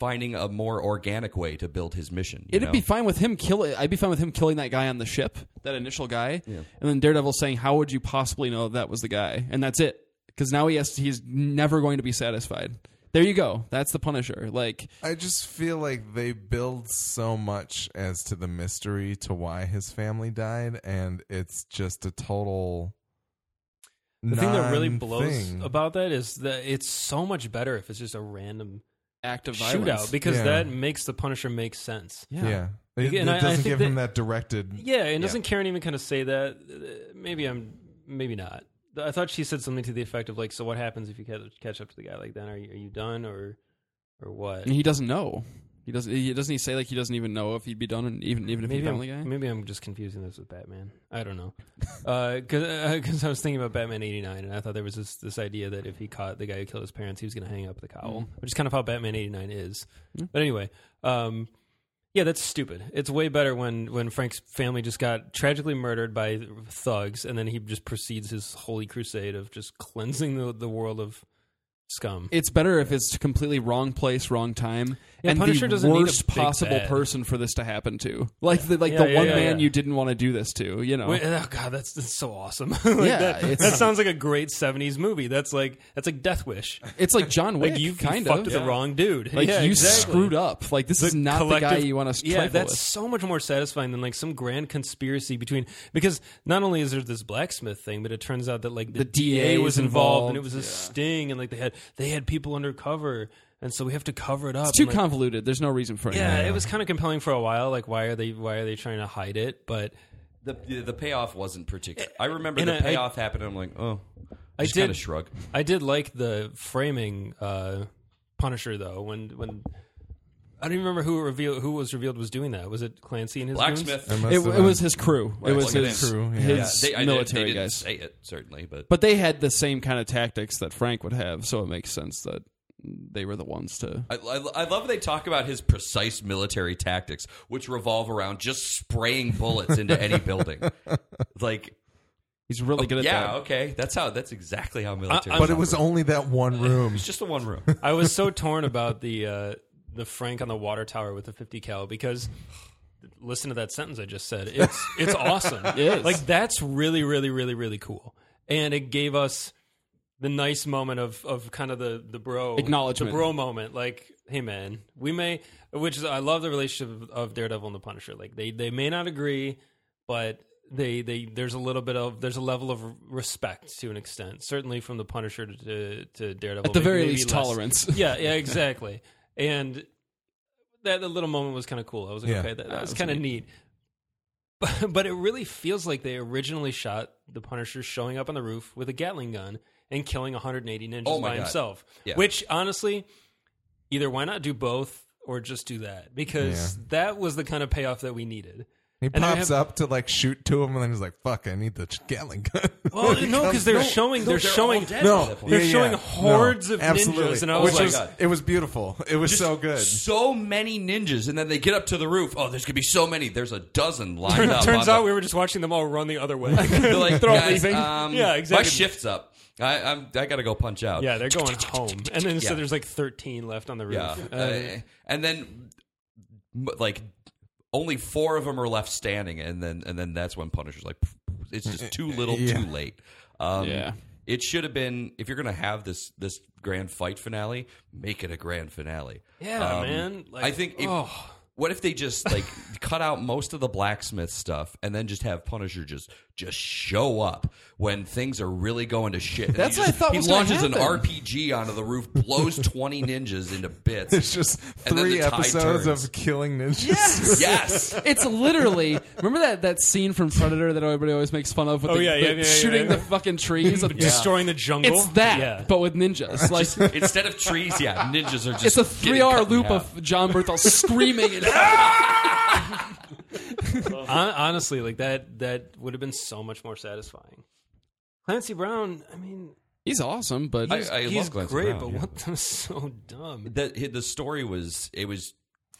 finding a more organic way to build his mission. you
It'd
know?
be fine with him kill. I'd be fine with him killing that guy on the ship, that initial guy, and then Daredevil saying, "How would you possibly know that was the guy?" And that's it, because now he has. He's never going to be satisfied. There you go. That's the Punisher. Like
I just feel like they build so much as to the mystery to why his family died, and it's just a total.
The thing that really blows
thing.
about that is that it's so much better if it's just a random
act of violence.
shootout because
Yeah.
that makes the Punisher make sense.
yeah, it,
And
it
I- I
doesn't
think
give
that-
him that directed.
Yeah, and doesn't Karen even kind of say that? Uh, Maybe I'm, maybe not. I thought she said something to the effect of like, "So what happens if you ca- catch up to the guy like that? Are you, are you done or, or what?"
And he doesn't know. He doesn't. He doesn't. He say like he doesn't even know if he'd be done, and even even if he
Maybe
found the
I'm,
guy.
maybe I'm just confusing this with Batman. I don't know, Uh, because because I was thinking about Batman '89, and I thought there was this this idea that if he caught the guy who killed his parents, he was going to hang up the cowl, which is kind of how Batman '89 is. But anyway, um, yeah, that's stupid. It's way better when when Frank's family just got tragically murdered by thugs, and then he just proceeds his holy crusade of just cleansing the the world of scum.
It's better if it's completely wrong place, wrong time,
Yeah,
and
Punisher
the
doesn't need a
worst
big
possible
bad.
person for this to happen to. Like the like
Yeah,
the
yeah,
one
yeah,
man
yeah.
you didn't want to do this to. You know.
Wait, oh god, that's, that's so awesome. Like,
Yeah,
that,
it's-
that sounds like a great '70s movie. That's like that's like Death Wish.
It's like John Wick,
Like uh, you
kind
fucked
of.
with the wrong dude.
Like
Yeah,
you
exactly.
screwed up. Like this is not the guy
collective-
you want to
Yeah,
trifle
that's
with.
so much more satisfying than like some grand conspiracy between. Because not only is there this blacksmith thing, but it turns out that like the,
The DA
DA was
is
involved, and
involved,
it was a
yeah.
sting, and like they had they had people undercover, and so we have to cover it up.
It's too
and, like,
convoluted. There's no reason for it.
yeah, it was kind of compelling for a while. Like, why are they why are they trying to hide it? But
the the- the payoff wasn't particular. I remember
and
the
I-
payoff happened. and I'm like, oh,
I
just kind
did-
of shrug.
I did like the framing uh, Punisher though. When when I don't even remember who revealed who was revealed was doing that. Was it Clancy and his goons?
Blacksmith.
I must
It,
have
it was
been-
his crew. It was
look at
his
him.
Crew, yeah.
Yeah,
his
they, I,
military
they didn't
guys.
say it certainly, but,
But they had the same kind of tactics that Frank would have, so it makes sense that they were the ones to.
I, I, I love they talk about his precise military tactics, which revolve around just spraying bullets into any building. Like,
He's really
Oh,
good at
yeah,
that.
okay, that's how. That's exactly how military.
I-
But it was only that one room.
It's just the one room.
I was so torn about the uh, the Frank on the water tower with the 50 cal because listen to that sentence I just said. It's it's awesome.
is.
Like that's really really really really cool. And it gave us the nice moment of of kind of the the bro
Acknowledgement.
the bro moment. Like, hey man, we may. Which is I love the relationship of- of Daredevil and the Punisher. Like they they may not agree, but they they there's a little bit of there's a level of respect to an extent. Certainly from the Punisher to to, to Daredevil.
At the
maybe-
very
maybe
least,
less.
tolerance.
Yeah, yeah, exactly. and that the little moment was kind of cool. I was like,
Yeah.
okay,
Ah,
that, that was
was
kind of neat. But, but it really feels like they originally shot the Punisher showing up on the roof with a Gatling gun and killing 180 ninjas
Oh my
by
God.
himself.
Yeah.
Which honestly, either why not do both or just do that because that was the kind of payoff that we needed.
He
And I
pops
have-
up to like shoot to him, and then he's like, "Fuck, I need the Gatling gun."
Well, no, because they're showing they're, showing
no,
They're
yeah,
showing
yeah.
hordes of ninjas,
absolutely.
and I was
Which
like-
it was beautiful. It was so good.
So many ninjas, and then they get up to the roof. Oh, there's gonna be so many. There's a dozen lined up.
Turns
on
out
the-
we were just watching them all run the other way.
They're like,
They're all
"Guys,
leaving."
um,
Yeah, exactly.
My shift's up. I, I'm, I gotta go punch out.
Yeah, they're going home. And then
Yeah.
so there's like 13 left on the roof. Um,
Yeah.
Um,
Uh, and then, m- like, only four of them are left standing, and then and then that's when Punisher's like, it's just too little,
Yeah.
too late. Um,
Uh, Yeah.
It should have been if you're gonna have this this grand fight finale, make it a grand finale. Um,
Yeah, man. Like,
I think. If,
oh.
What if they just like cut out most of the blacksmith stuff and then just have Punisher just just show up when things are really going to shit? And
That's
he
what I
just-
thought
He
was gonna
launches an
happen.
RPG onto the roof, blows twenty ninjas into bits.
It's just
And then
three
the tide
episodes
turns.
of killing ninjas.
Yes.
It's literally remember that that scene from Predator that everybody always makes fun of with
Oh,
the,
yeah,
the
yeah, yeah, yeah,
shooting
yeah.
the fucking trees, Like,
Destroying the jungle.
It's that,
Yeah.
but with ninjas. Like
Instead of trees, yeah, ninjas are just.
it's a
getting
three-hour
cut in
loop
half.
of John Berthel screaming. And,
Hon- honestly, like that that would have been so much more satisfying. Clancy Brown, I mean,
He's awesome, but
I, I
He's
love Glenn
great,
Brown,
but
yeah.
what the so dumb.
the the story was it was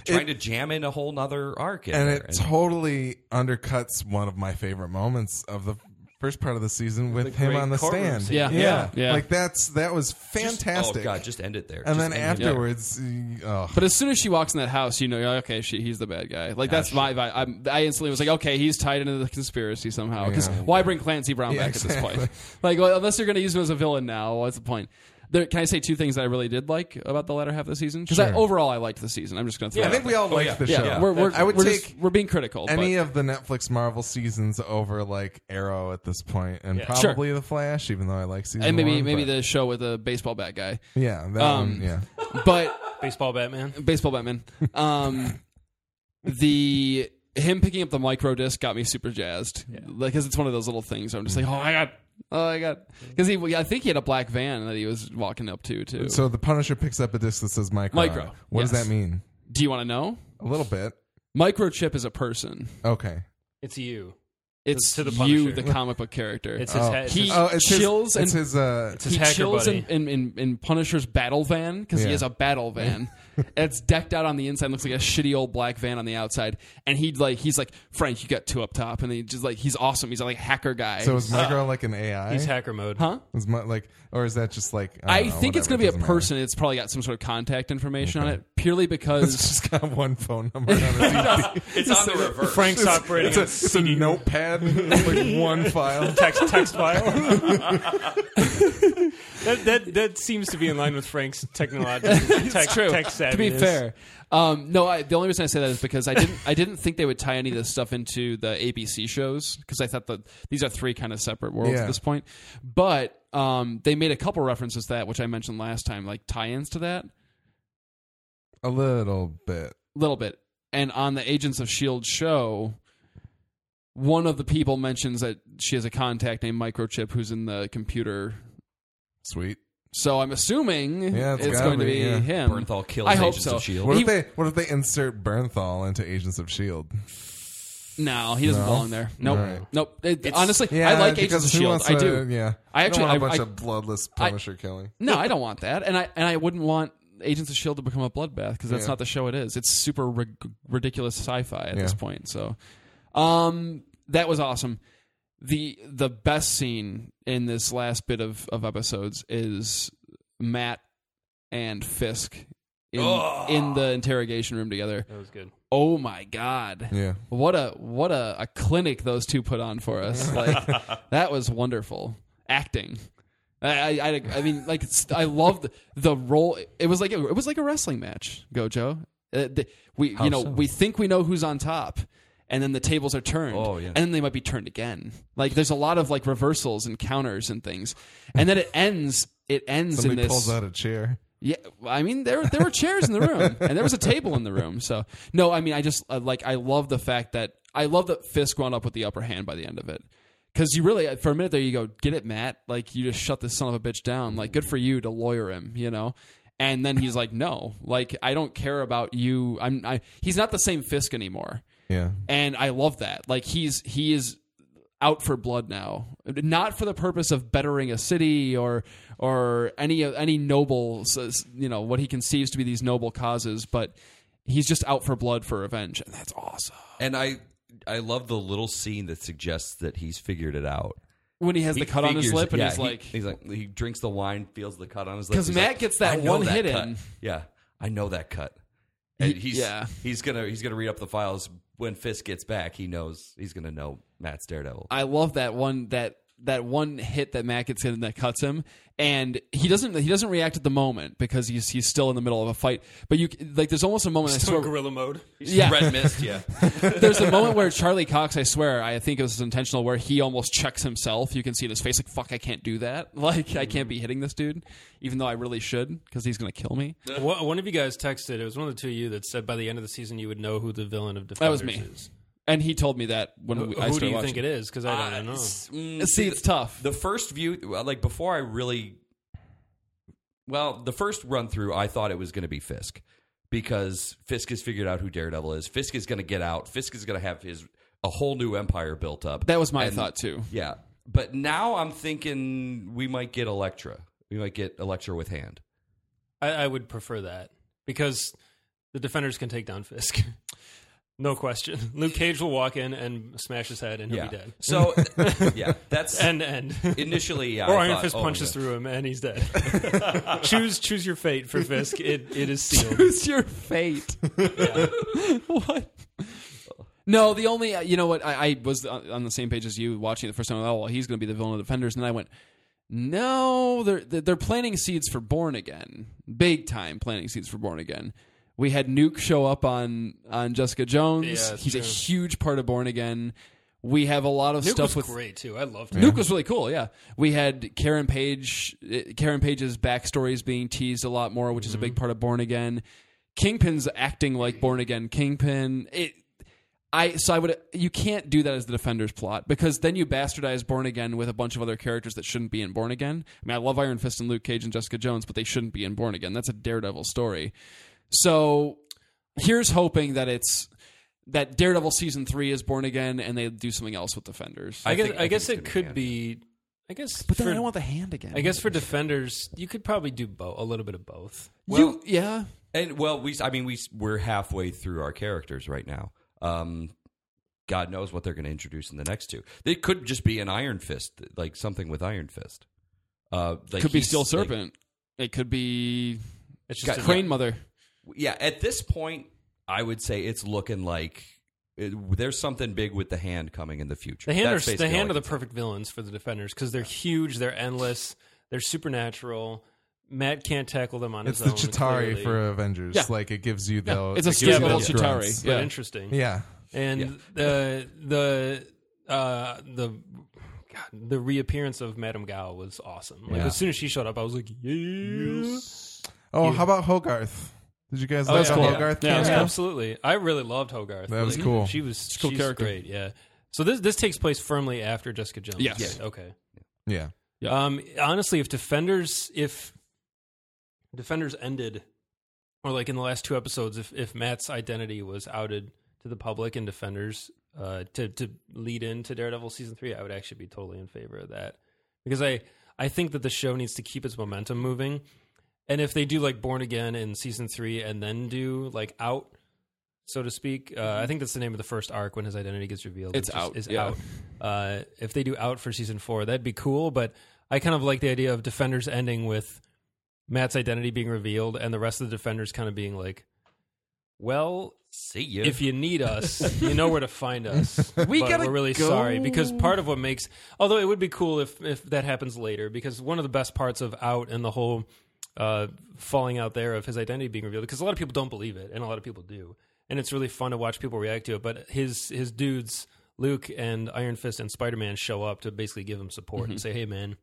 trying to jam in a whole nother arc, in
and
there.
it totally undercuts one of my favorite moments of the first part of the season with him
great
on the
courtroom
stand.
scene.
Yeah. Yeah. Yeah.
Like that's that was fantastic.
Oh god, just end it there.
and
Just
then
end it there.
afterwards, you- oh,
But as soon as she walks in that house, you know, you're like, okay, she, he's the bad guy. Like that's my vibe. I'm, I instantly was like, okay, he's tied into the conspiracy somehow. Because why bring Clancy Brown
Yeah,
back at
exactly.
this point? Like, well, unless you're going to use him as a villain now, what's the point? There, can I say two things that I really did like about the latter half of the season? Because
Sure.
overall, I liked the season. I'm just going to throw.
I
it
think
out
we
Oh,
all liked
yeah.
the
there.
show.
yeah, we're, we're,
I would
we're
take
just- we're being critical.
any
but
of the Netflix Marvel seasons over like Arrow at this point, and probably the Flash, even though I like season
and maybe
one,
maybe
but-
the show with a baseball bat guy,
yeah that
um,
one, yeah
but.
Baseball Batman.
baseball Batman. Um, the him picking up the micro disc got me super jazzed because it's one of those little things. Where I'm just like, oh my god, oh my god, because he I think he had a black van that he was walking up to too.
So the Punisher picks up a disc that says micro. on
Micro,
it. What does
yes.
that mean?
Do you want to know?
A little bit.
Microchip is a person.
Okay.
It's you.
It's
To the
you,
Punisher.
the comic book character.
It's his
Oh.
head. It's
He-
his,
Oh, it's
chills
his, it's
and-
his uh,
it's his
he
hacker
chills
buddy.
in, in, in, in Punisher's battle van because
Yeah.
he has a battle van. it's decked out on the inside, looks like a shitty old black van on the outside. And he like he's like Frank, you got two up top, and he just like he's awesome. He's like hacker guy.
So is micro like an AI?
Oh. He's hacker mode.
huh?
Is mi- like, or is that just like? I,
I,
don't know,
think
whatever,
it's going
it
to be a
doesn't matter.
person. It's probably got some sort of contact information on it, purely because.
It's got one phone number on it.
It's on the reverse.
Frank's operating
It's a,
on
it's a notepad, like one file.
text text file. that, that that seems to be in line with Frank's technological tech,
True.
tech
to be
savviness.
fair, um, no. I, the only reason I say that is because I didn't. I didn't think they would tie any of this stuff into the ABC shows because I thought that these are three kind of separate worlds
Yeah.
at this point. But um, they made a couple references to that, which I mentioned last time, like tie-ins to that,
A little bit.
a little bit. And on the Agents of Shield E show, one of the people mentions that she has a contact named Microchip, who's in the computer
Sweet.
So I'm assuming
Yeah, it's
it's,
gotta
going to
be,
be,
yeah.
him.
Bernthal kills
I hope
Agents
so.
of Shield.
What
He-
if they what if they insert Bernthal into Agents of Shield?
no, he doesn't
No?
belong there. Nope.
Right.
Nope. It- honestly,
Yeah,
I like
because
Agents of
who
Shield.
wants
I
to-
do.
Yeah,
I actually-
don't want a
I-
bunch
I-
of bloodless
I-
Punisher killing.
No, I don't want that, and I and I wouldn't want Agents of Shield E to become a bloodbath because that's
Yeah.
not the show it is. It's super rig- ridiculous sci-fi at this
Yeah.
point. So, um, that was awesome. the The best scene in this last bit of of episodes is Matt and Fisk in in the interrogation room together.
That was good.
Oh my god.
Yeah.
What a what a, a clinic those two put on for us. Like that was wonderful acting. I I, I, I mean like it's- I loved the role. It was like it, was like a wrestling match. Gojo. Uh, the, we you know we think we know who's on top, and then the tables are turned.
Oh, yeah.
And then they might be turned again. Like there's a lot of like reversals and counters and things, and then it ends. It ends
Somebody
in this.
pulls out a chair.
Yeah, I mean there there were chairs in the room and there was a table in the room. So no, I mean I just uh, like I love the fact that I love that Fisk wound up with the upper hand by the end of it because you really for a minute there you go get it Matt like you just shut this son of a bitch down like good for you to lawyer him you know and then he's like no like I don't care about you I'm I he's not the same Fisk anymore
Yeah,
and I love that. Like he's he is out for blood now, not for the purpose of bettering a city or or any any noble, you know, what he conceives to be these noble causes, but he's just out for blood for revenge, and that's awesome.
And I I love the little scene that suggests that he's figured it out.
When he has the
He
cut on his
figures-
lip, and
yeah,
he's
he-
like,
he's like he drinks the wine, feels the cut on his lip.
'Cause
He's
Matt
like,
gets that
"I know
one
that
hit
cut."
in.
Yeah, I know that cut. And
He-
he's
yeah.
he's gonna he's gonna read up the files when Fisk gets back. He knows he's gonna know Matt's Daredevil.
I love that one that that one hit that Matt gets in that cuts him, and he doesn't he doesn't react at the moment because he's he's still in the middle of a fight. But you like, there's almost a moment I swear,
Gorilla mode.
yeah,
Red mist, yeah.
There's a moment where Charlie Cox, I swear, I think it was intentional, where he almost checks himself. You can see in his face, like, fuck, I can't do that. Like, I can't be hitting this dude, even though I really should, because he's going to kill me.
One one of you guys texted. It was one of the two of you that said by the end of the season you would know who the villain of Defenders
was me.
is.
And he told me that when we,
Who
I
do
started
you
watching.
think it is? Because I don't know.
Mm,
See, it's tough.
the first view well, like before i really well the first run through i thought it was going to be fisk because fisk has figured out who daredevil is fisk is going to get out fisk is going to have his a whole new empire built up
that was my
And-
thought, too.
yeah But now I'm thinking we might get Electra. We might get Electra with hand.
I, I would prefer that because the defenders can take down Fisk. No question. Luke Cage will walk in and smash his head, and he'll
yeah.
be dead.
So yeah, that's
End to end.
initially yeah.
or
I
Iron
thought,
Fist
oh,
punches
yeah.
through him, and he's dead. choose choose your fate for Fisk. It it is sealed.
Who's your fate? what? No, the only uh, you know what I, I was on on the same page as you watching it the first time. Oh, well, he's going to be the villain of Defenders, and then I went, no, they're they're they're planting seeds for Born Again, big time planting seeds for Born Again. We had Nuke show up on on Jessica Jones.
that's
He's a
true.
huge part of Born Again. We have a lot of
Nuke was
stuff with
great too. I loved it.
Nuke was really cool. Yeah, we had Karen Page, uh, Karen Page's backstories being teased a lot more, which is a big part of Born Again. Kingpin's acting like Born Again Kingpin. It, I so I would you can't do that as the Defenders plot because then you bastardize Born Again with a bunch of other characters that shouldn't be in Born Again. I mean, I love Iron Fist and Luke Cage and Jessica Jones, but they shouldn't be in Born Again. That's a Daredevil story. So here's hoping that it's. That Daredevil season three is born again, and they do something else with Defenders.
I guess
think-
I,
I
guess
think
it
it's
could
gonna
be. I guess,
but then
for,
I don't want the hand again.
I guess for defenders, you could probably do both. A little bit of both.
you, yeah.
And well, we I mean we we're halfway through our characters right now. Um God knows what they're going to introduce in the next two. They could just be an Iron Fist, like something with Iron Fist. Uh, like
could be
he's-
Steel
like-
Serpent. it could be
It's
Got
just a-
Crane Mother.
yeah, at this point, I would say it's looking like it, there's something big with the hand coming in the future.
The hand
That's
are the
basically
hand are
all I
the perfect villains for the defenders because they're huge, they're endless, they're supernatural. Matt can't tackle them on
It's
his
the
own.
Chitari
clearly.
for Avengers.
Yeah.
Like it gives you the.
It's a
it gives you
scalable
those
Chitari.
grunts.
but
yeah.
interesting.
Yeah.
And the the uh, the God, the reappearance of Madame Gao was awesome. Like
Yeah.
as soon as she showed up, I was like, yes.
Oh, how about Hogarth? Did you guys
Oh,
like
yeah.
how
Yeah.
Hogarth?
Yeah, it was
came
Yeah,
out?
absolutely. I really loved Hogarth.
That was
Like,
cool.
She was
cool
she's
character.
great. Yeah. So this this takes place firmly after Jessica Jones.
Yes.
right? Okay.
Yeah.
Yeah.
Um, honestly, if defenders if defenders ended, or like in the last two episodes, if if Matt's identity was outed to the public and defenders uh, to to lead into Daredevil season three, I would actually be totally in favor of that because I I think that the show needs to keep its momentum moving, and if they do like Born Again in season three and then do like Out. So to speak, uh, I think that's the name of the first arc when his identity gets revealed.
Mm-hmm. It's
It
Out,
Is
yeah.
out. Uh, if they do out for season four, that'd be cool. But I kind of like the idea of Defenders ending with Matt's identity being revealed and the rest of the Defenders kind of being like, well,
See you.
if you need us, you know where to find us.
We
but
gotta
we're really
go.
sorry because part of what makes although it would be cool if if that happens later because one of the best parts of out and the whole uh, falling out there of his identity being revealed because a lot of people don't believe it and a lot of people do and it's really fun to watch people react to it but his his dudes Luke and Iron Fist and Spider Man show up to basically give him support
Mm-hmm.
and say hey man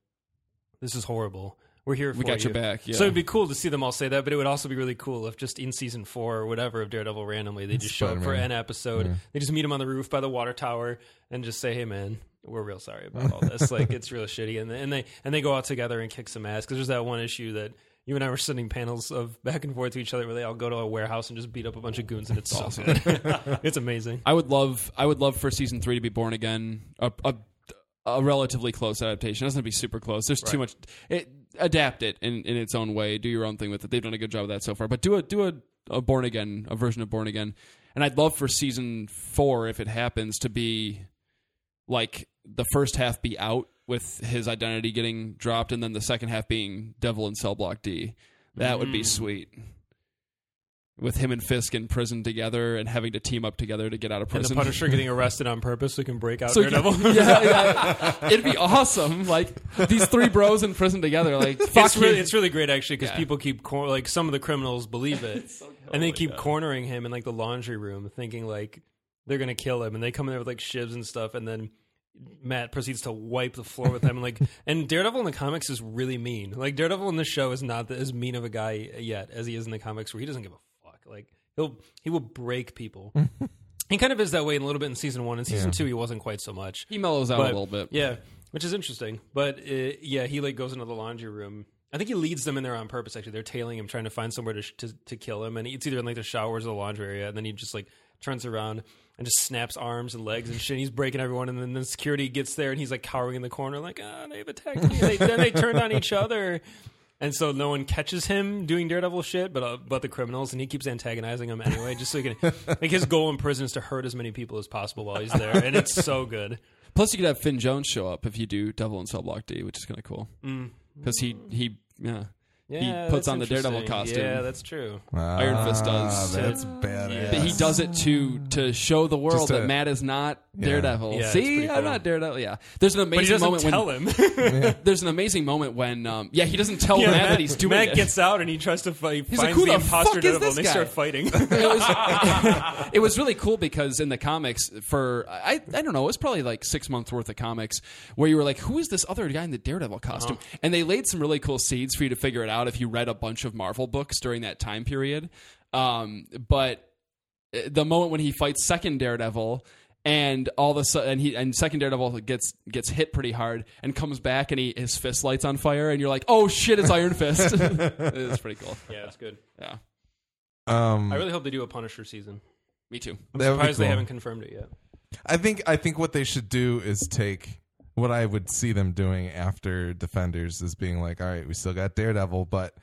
this is horrible. We're here for
got
you.
your back, yeah.
So it'd be cool to see them all say that, but it would also be really cool if just in season four or whatever of Daredevil randomly they just show up for
Spider-Man.
an episode. They just meet him on the roof by the water tower and just say, "Hey, man, we're real sorry about all this. like, it's real shitty." And they, and they and they go out together and kick some ass because there's that one issue that you and I were sending panels of back and forth to each other where they all go to a warehouse and just beat up a bunch of goons and it's so good. it's amazing.
I would love. I would love for season three to be born again. A a, a relatively close adaptation. It doesn't have to be super close. There's too much. It, adapt it in, in its own way. Do your own thing with it. They've done a good job of that so far. But do a do a, a born again a version of born again. And I'd love for season four, if it happens, to be like the first half be out with his identity getting dropped, and then the second half being Devil in Cell Block D. That would
Mm.
be sweet. With him and Fisk in prison together and having to team up together to get out of
And
prison.
the Punisher getting arrested on purpose so he can break out
So you-
Daredevil.
yeah, yeah. it'd be awesome. Like these three bros in prison together. Like fuck
it's
you.
really, it's really great actually because
Yeah.
people keep cor- like some of the criminals believe it, and they keep cornering him in like the laundry room, thinking like they're gonna kill him, and they come in there with like shivs and stuff, and then Matt proceeds to wipe the floor with them, and like and Daredevil in the comics is really mean. Like Daredevil in the show is not the, as mean of a guy yet as he is in the comics, where he doesn't give a fuck. Like he'll he will break people. he kind of is that way in a little bit in season one. In season two, he wasn't quite so much.
he mellows out a
But-
little bit.
Yeah, which is interesting. But uh, yeah, he like goes into the laundry room. I think he leads them in there on purpose. Actually, they're tailing him, trying to find somewhere to sh- to, to kill him, and it's either in like the showers or the laundry area. And then he just like turns around and just snaps arms and legs and shit. He's breaking everyone, and then the security gets there and he's like cowering in the corner, like, ah, they've attacked me. they, then they turned on each other. And so no one catches him doing daredevil shit, but uh, but the criminals, and he keeps antagonizing them anyway, just so he can. like his goal in prison is to hurt as many people as possible while he's there, and it's so good.
Plus, you could have Finn Jones show up if you do Devil and Cell Block D, which is kind of cool
Mm.
because he he yeah,
Yeah,
he puts
that's
on the Daredevil
interesting.
costume.
Yeah, that's true.
Iron Fist
Ah,
does.
That's
But
badass.
he does it to to show the world
Just to-
that Matt is not Daredevil.
Yeah, it's
See,
pretty
I'm
cool.
not Daredevil. Yeah, there's an amazing
But he doesn't
moment
tell
when
him.
there's an amazing moment when um yeah he doesn't tell
Yeah,
Matt, that he's doing
Matt
it.
gets out and he tries to fight.
He's
He's
like,
finds
"Who
the
the
imposter
fuck is
devil, and
this
they
guy?"
start fighting.
it was it was really cool because in the comics for I I don't know it was probably like six months worth of comics where you were like who is this other guy in the Daredevil costume and they laid some really cool seeds for you to figure it out if you read a bunch of Marvel books during that time period um, but uh, the moment when he fights second Daredevil. And all of a sudden, he and second Daredevil gets gets hit pretty hard and comes back and he his fist lights on fire and you're like, oh shit, it's Iron Fist. it's pretty cool.
yeah, it's good.
Yeah,
um,
I really hope they do a Punisher season.
me too.
I'm
That would be
surprised they
cool.
haven't confirmed it yet.
I think I think what they should do is take what I would see them doing after Defenders is being like, all right, we still got Daredevil, but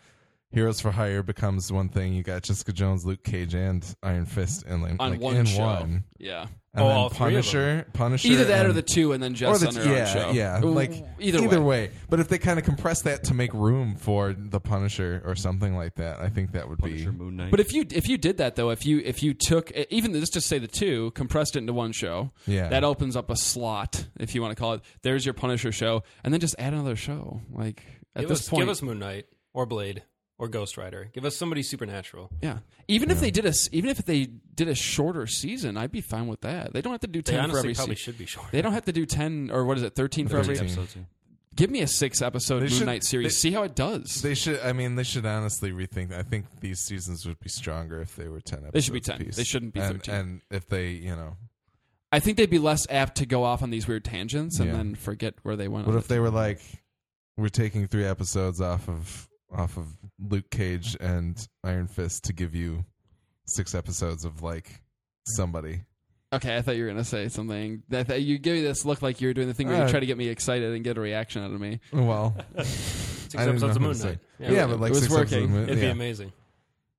Heroes for Hire becomes one thing. You got Jessica Jones, Luke Cage, and Iron Fist in like,
On
like,
one
in
show.
one.
Yeah.
And
Oh,
then
all three of
Punisher, Punisher,
Either that or
and-
the two, and then
or
Jess
the
on her
yeah,
own show.
yeah,
Ooh,
like
either,
either
way.
way. But if they kind of compress that to make room for the Punisher or something like that, I think that would
Punisher, Moon Knight.
But if you if you did that though, if you if you took e, even let's just say the two compressed it into one show,
Yeah.
that opens up a slot if you want to call it. There's your Punisher show, and then just add another show. Like at
give
this
us,
point,
give us Moon Knight or Blade or Ghost Rider. Give us somebody supernatural.
yeah. Even if they did a s- even if they did a shorter season, I'd be fine with that. They don't have to do
They
ten for
honestly
every
probably
season.
should be short.
They don't have to do ten or what is it, thirteen for
be
every.
episode two.
Give me a six episode
They
Moon
should-
Knight series.
they-
see how it does.
They should. I mean, they should honestly rethink. I think these seasons would be stronger if they were ten episodes.
should be 10.
apiece.
They shouldn't be
And-
13.
And if they, you know,
I think they'd be less apt to go off on these weird tangents and
Yeah.
then forget where they went.
what
on
if they were like, we're taking three episodes off of off of Luke Cage and Iron Fist to give you six episodes of like somebody.
Okay, I thought you were gonna say something. That, that you give me this look like you were doing the thing where
Uh,
you try to get me excited and get a reaction out of me.
Oh, Well,
Six
I didn't know
episodes of
what
Moon
to say.
Knight.
Yeah, but like
it was
six episodes of
working.
Moon-
it'd be
yeah.
amazing.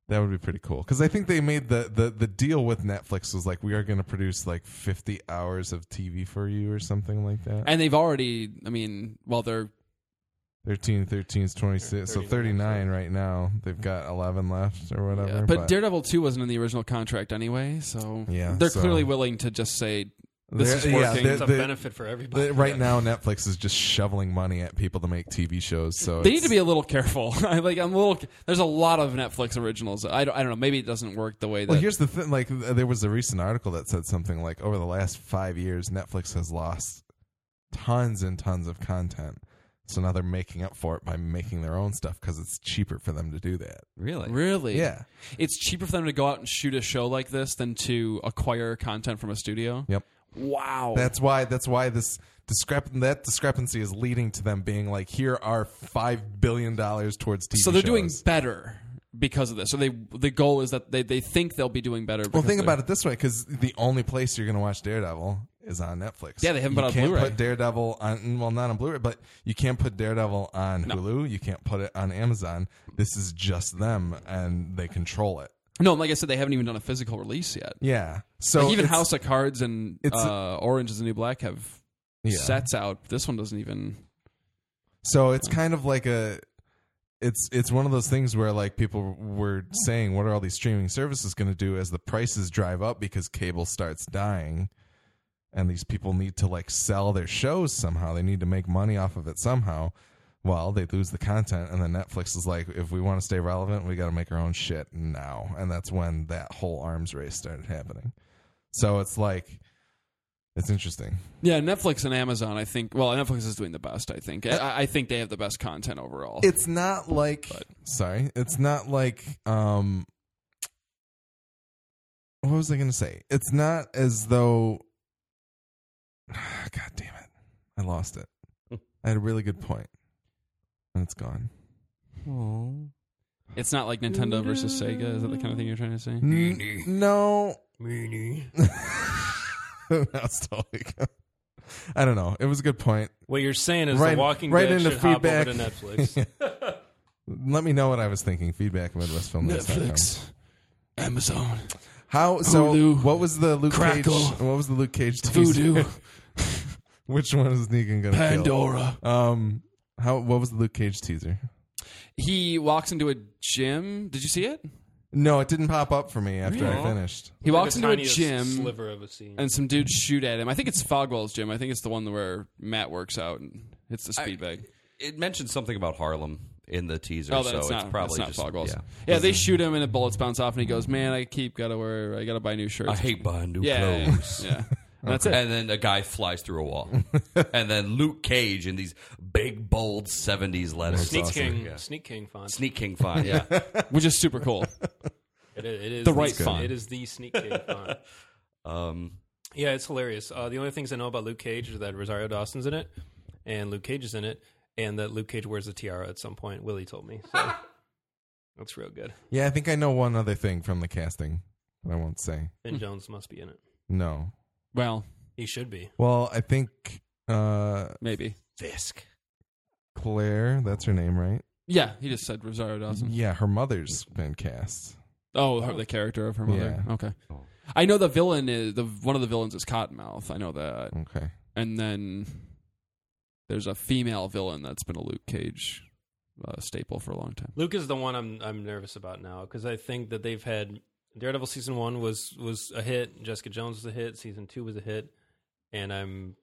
That would be pretty cool because I think they made the, the the deal with Netflix was like we are going to produce like fifty hours of TV for you or something like that.
And they've already, I mean, well, they're
13, 13 is 26. So 39 right now. They've got 11 left or whatever.
but, Daredevil two wasn't in the original contract anyway, so
Yeah,
they're
so-
clearly willing to just say this
They're-
is
yeah,
working.
they're-
It's a
the-
benefit for everybody.
the- right now, Netflix is just shoveling money at people to make TV shows. So
they need
it's-
to be a little careful. I like I'm a little. There's a lot of Netflix originals. I don't, I don't know. Maybe it doesn't work the way that.
Well, here's the thing. Like, th- there was a recent article that said something like, over the last five years, Netflix has lost tons and tons of content. So now they're making up for it by making their own stuff because it's cheaper for them to do that.
Really?
really,
Yeah.
it's cheaper for them to go out and shoot a show like this than to acquire content from a studio.
Yep.
Wow.
That's why. That's why this discrep that discrepancy is leading to them being like, here are five billion dollars towards TV.
so they're doing
shows.
better because of this. So they the goal is that they, they think they'll be doing better.
Well, think about it this way, because the only place you're going to watch Daredevil is on Netflix.
Yeah, they haven't
you
put it on
can't
Blu-ray.
Put Daredevil on, well, not on Blu-ray, but you can't put Daredevil on Hulu. You can't put it on Amazon. This is just them, and they control it.
No, like I said, they haven't even done a physical release yet.
Yeah. So
like even
it's-
House of Cards and
it's-
uh, Orange is the New Black have
yeah.
sets out. This one doesn't even.
So it's kind of like a it's it's one of those things where like people were saying what are all these streaming services going to do as the prices drive up because cable starts dying and these people need to like sell their shows somehow. They need to make money off of it somehow. Well, they lose the content and then Netflix is like if we want to stay relevant, we got to make our own shit now. And that's when that whole arms race started happening. So it's like it's interesting.
Yeah, Netflix and Amazon. I think. Well, Netflix is doing the best. I think. I, I think they have the best content overall.
it's not like sorry it's not like um what was i gonna say it's not as though god damn it i lost it i had a really good point and it's gone
it's not like Nintendo versus Sega. Is that the kind of thing you're trying to say?
N- no
Meanie.
That's totally good. I don't know. It was a good point.
What you're saying is
Right-
the Walking
right
Dead
into
should
feedback.
hop over to Netflix.
Let me know what I was thinking. Feedback at MidwestFilmNews.com.
Amazon,
How so?
Hulu.
what was the Luke
Crackle.
Cage? What was the Luke Cage teaser?
Voodoo,
Which one is Negan gonna kill?
Pandora.
Um, how? What was the Luke Cage teaser?
He walks into a gym. Did you see it?
No, it didn't pop up for me after I finished.
He walks
The
into a
tiniest
gym
Sliver of a scene.
and some dudes shoot at him. I think it's Fogwell's gym. I think it's the one where Matt works out and hits the speed bag.
It mentioned something about Harlem in the teaser,
Oh,
so
that's not,
it's probably
that's
just
not Fogwell's.
yeah.
Yeah. they shoot him and the bullets bounce off, and he goes, "Man, I keep gotta wear. I gotta buy new shirts.
I hate buying new
yeah, yeah,
clothes.
yeah. And That's it.
And then a guy flies through a wall, and then Luke Cage in these big bold '70s letters.
Sneak
Awesome.
King,
Yeah.
Sneak King font.
Sneak King font. Yeah,
Which is super cool.
It is, it is
The right
sneak-
font.
It is the Sneak King font.
um,
Yeah, it's hilarious. Uh, the only things I know about Luke Cage is that Rosario Dawson's in it, and Luke Cage is in it, and that Luke Cage wears a tiara at some point. Willie told me. So. That's real good.
Yeah, I think I know one other thing from the casting, but I won't say.
Hmm.
Ben Jones must be in it.
No.
well,
He should be.
Well, I think uh
maybe.
Fisk.
Claire, that's her name, right?
Yeah, he just said Rosario
Mm-hmm.
Dawson.
Yeah, her mother's been cast.
Oh, her, the character of her mother.
Yeah.
Okay.
Oh.
I know the villain is the one of the villains is Cottonmouth. I know that,
Okay.
and then there's a female villain that's been a Luke Cage uh, staple for a long time.
Luke is the one I'm I'm nervous about now because I think that they've had Daredevil season one was was a hit, Jessica Jones was a hit, season two was a hit, and I'm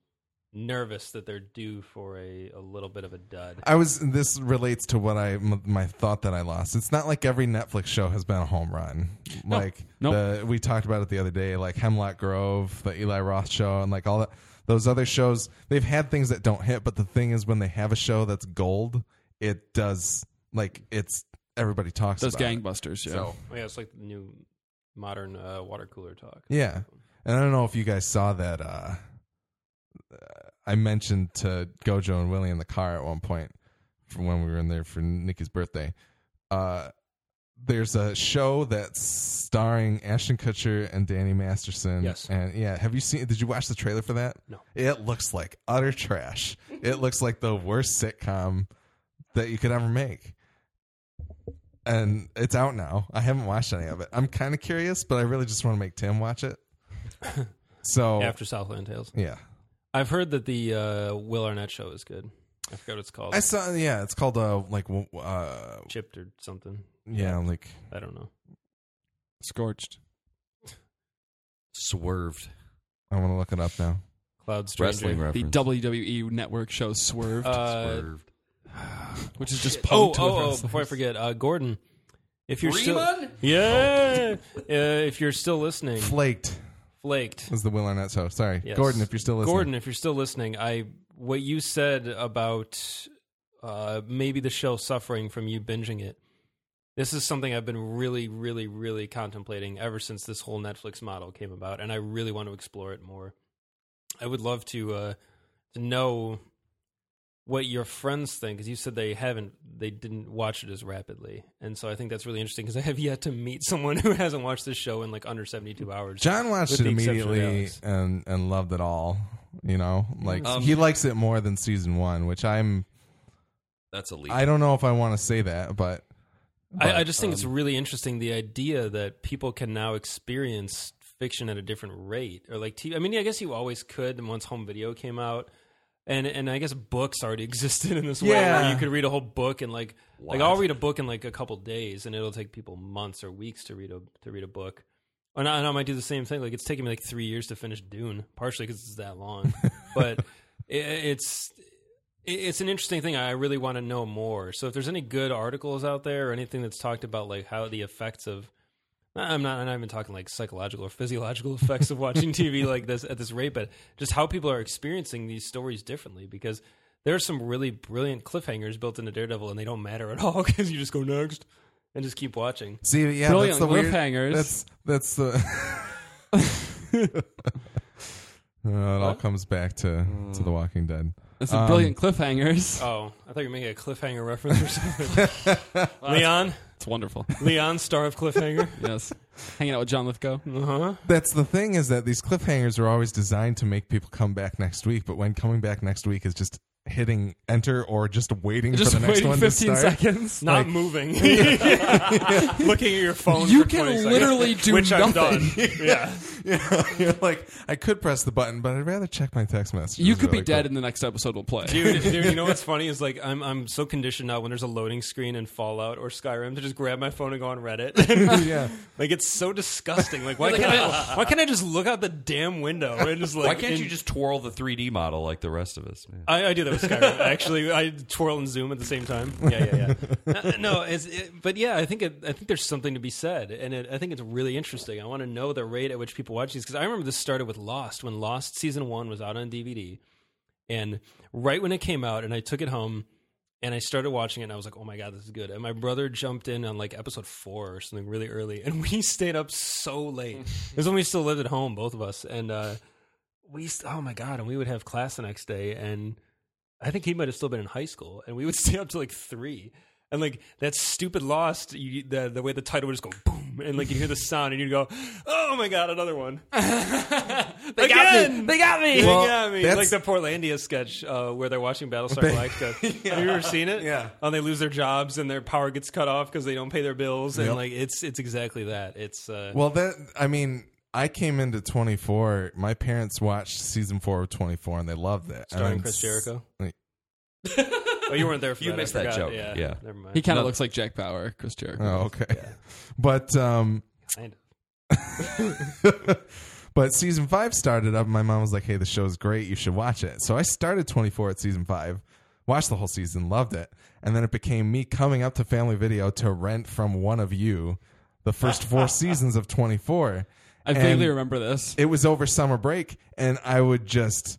nervous that they're due for a a little bit of a dud.
I was. This relates to what I m- my thought that I lost. It's not like every Netflix show has been a home run. Like
Nope.
the, we talked about it the other day, like Hemlock Grove, the Eli Roth show, and like all that. Those other shows, they've had things that don't hit, but the thing is, when they have a show that's gold, it does like it's everybody talks
Those
about it.
gangbusters, yeah.
So
Oh, yeah, it's like the new modern uh, water cooler talk.
yeah, and I don't know if you guys saw that. uh I mentioned to Gojo and Willie in the car at one point from when we were in there for Nikki's birthday. Uh, there's a show that's starring Ashton Kutcher and Danny Masterson.
Yes.
And yeah, have you seen did you watch the trailer for that?
No.
It looks like utter trash. it looks like the worst sitcom that you could ever make. And it's out now. I haven't watched any of it. I'm kind of curious, but I really just want to make Tim watch it. So
After Southland Tales,
yeah.
I've heard that the uh, Will Arnett show is good. I forgot what it's called,
I saw yeah, it's called uh like w- uh
chipped or something.
yeah, like
I don't know.
Scorched.
swerved
I want to look it up now.
Cloud
wrestling
Stranger.
The
reference.
WWE network show Swerved,
Uh,
swerved.
which is just
oh, oh,
pumped with
oh!
wrestlers.
Before I forget, uh, Gordon, if you're still
Freeman?
Yeah. Uh, if you're still listening,
Flaked
flaked.
was the Will Arnett show. Sorry,
Yes.
Gordon, if you're still listening.
Gordon, if you're still listening, I what you said about uh, maybe the show suffering from you binging it. This is something I've been really, really, really contemplating ever since this whole Netflix model came about, and I really want to explore it more. I would love to uh, to know what your friends think because you said they haven't, they didn't watch it as rapidly, and so I think that's really interesting because I have yet to meet someone who hasn't watched this show in like under seventy two hours.
John watched
With
it
the exception of
immediately
Alex. Mm-hmm.
and and loved it all. You know, like
Um,
he likes it more than season one, which I'm.
That's a leap.
I don't know if I want to say that, but um,
I, I just think it's really interesting the idea that people can now experience fiction at a different rate, or like TV. I mean, I guess you always could once home video came out, and and I guess books already existed in this way
Yeah.
where you could read a whole book in like like
What?
I'll read a book in like a couple days, and it'll take people months or weeks to read a to read a book. And I, and I might do the same thing. Like it's taking me like three years to finish Dune, partially because it's that long, but i it's it- it's an interesting thing. I really want to know more. So if there's any good articles out there or anything that's talked about like how the effects of I'm not I'm not even talking like psychological or physiological effects of watching TV like this at this rate, but just how people are experiencing these stories differently because there are some really brilliant cliffhangers built into Daredevil and they don't matter at all because you just go next and just keep watching.
see, yeah, that's
Brilliant
the weird.
cliffhangers.
That's that's the. Uh, it all comes back to to
Mm.
The Walking Dead.
That's some brilliant
Um,
cliffhangers.
uh,
Oh, I thought you were making a cliffhanger reference or something. Leon,
it's wonderful.
Leon, star of cliffhanger. Uh-huh.
Yes. hanging out with John Lithgow.
That's the thing is that these cliffhangers are always designed to make people come back next week, but when coming back next week is just hitting enter or just waiting
Just
for the next
waiting
one
15
to start.
seconds.
Not moving. Looking at your phone.
You
for
can
20 seconds,
literally do
which I've
nothing.
done. Yeah.
Yeah, you're like I could press the button, but I'd rather check my text messages.
You could be
really
dead
quick.
in the next episode we'll play.
Dude, dude, you know what's funny is like I'm I'm so conditioned now when there's a loading screen in Fallout or Skyrim to just grab my phone and go on Reddit.
yeah,
like it's so disgusting. Like why can't I, why can't I just look out the damn window and just like
Why can't
in-
you just twirl the 3D model like the rest of us? Man?
I, I do that with Skyrim. Actually, I twirl and zoom at the same time. Yeah, yeah, yeah. Uh, no, it's, it, but yeah, I think it, I think there's something to be said, and it, I think it's really interesting. I want to know the rate at which people watch these because I remember this started with Lost when Lost season one was out on DVD, and right when it came out, and I took it home. And I started watching it, and I was like, "Oh my god, this is good!" And my brother jumped in on like episode four or something really early, and we stayed up so late. This is when we still lived at home, both of us, and uh, we used to- oh my god, and we would have class the next day, and I think he might have still been in high school, and we would stay up to like three, and like that stupid Lost, you, the the way the title would just go boom, and like you hear the sound, and you'd go, oh my god, another one,
They got me.
Again!
They got me.
Well,
yeah, I mean,
that's-
like the Portlandia sketch uh, where they're watching Battlestar Galactica. Have you ever seen it?
Yeah.
and they lose their jobs, and their power gets cut off because they don't pay their bills, and
Yep.
like it's it's exactly that. It's uh,
Well, that I mean, I came into 24. My parents watched season four of 24, and they loved it. And
Starring
I'm
Chris
s-
Jericho?
like,
oh, you weren't there. for
You
that, I
missed that
forgot.
joke.
Yeah,
Yeah.
never mind.
He kind of looks like Jack Bauer, Chris Jericho.
Oh, okay. But um,
Kind of.
but season five started up. And my mom was like, "Hey, the show's great. You should watch it." So I started 24 at season five, watched the whole season, loved it, and then it became me coming up to Family Video to rent from one of you the first four seasons of 24.
I vaguely remember this.
it was over summer break and i would just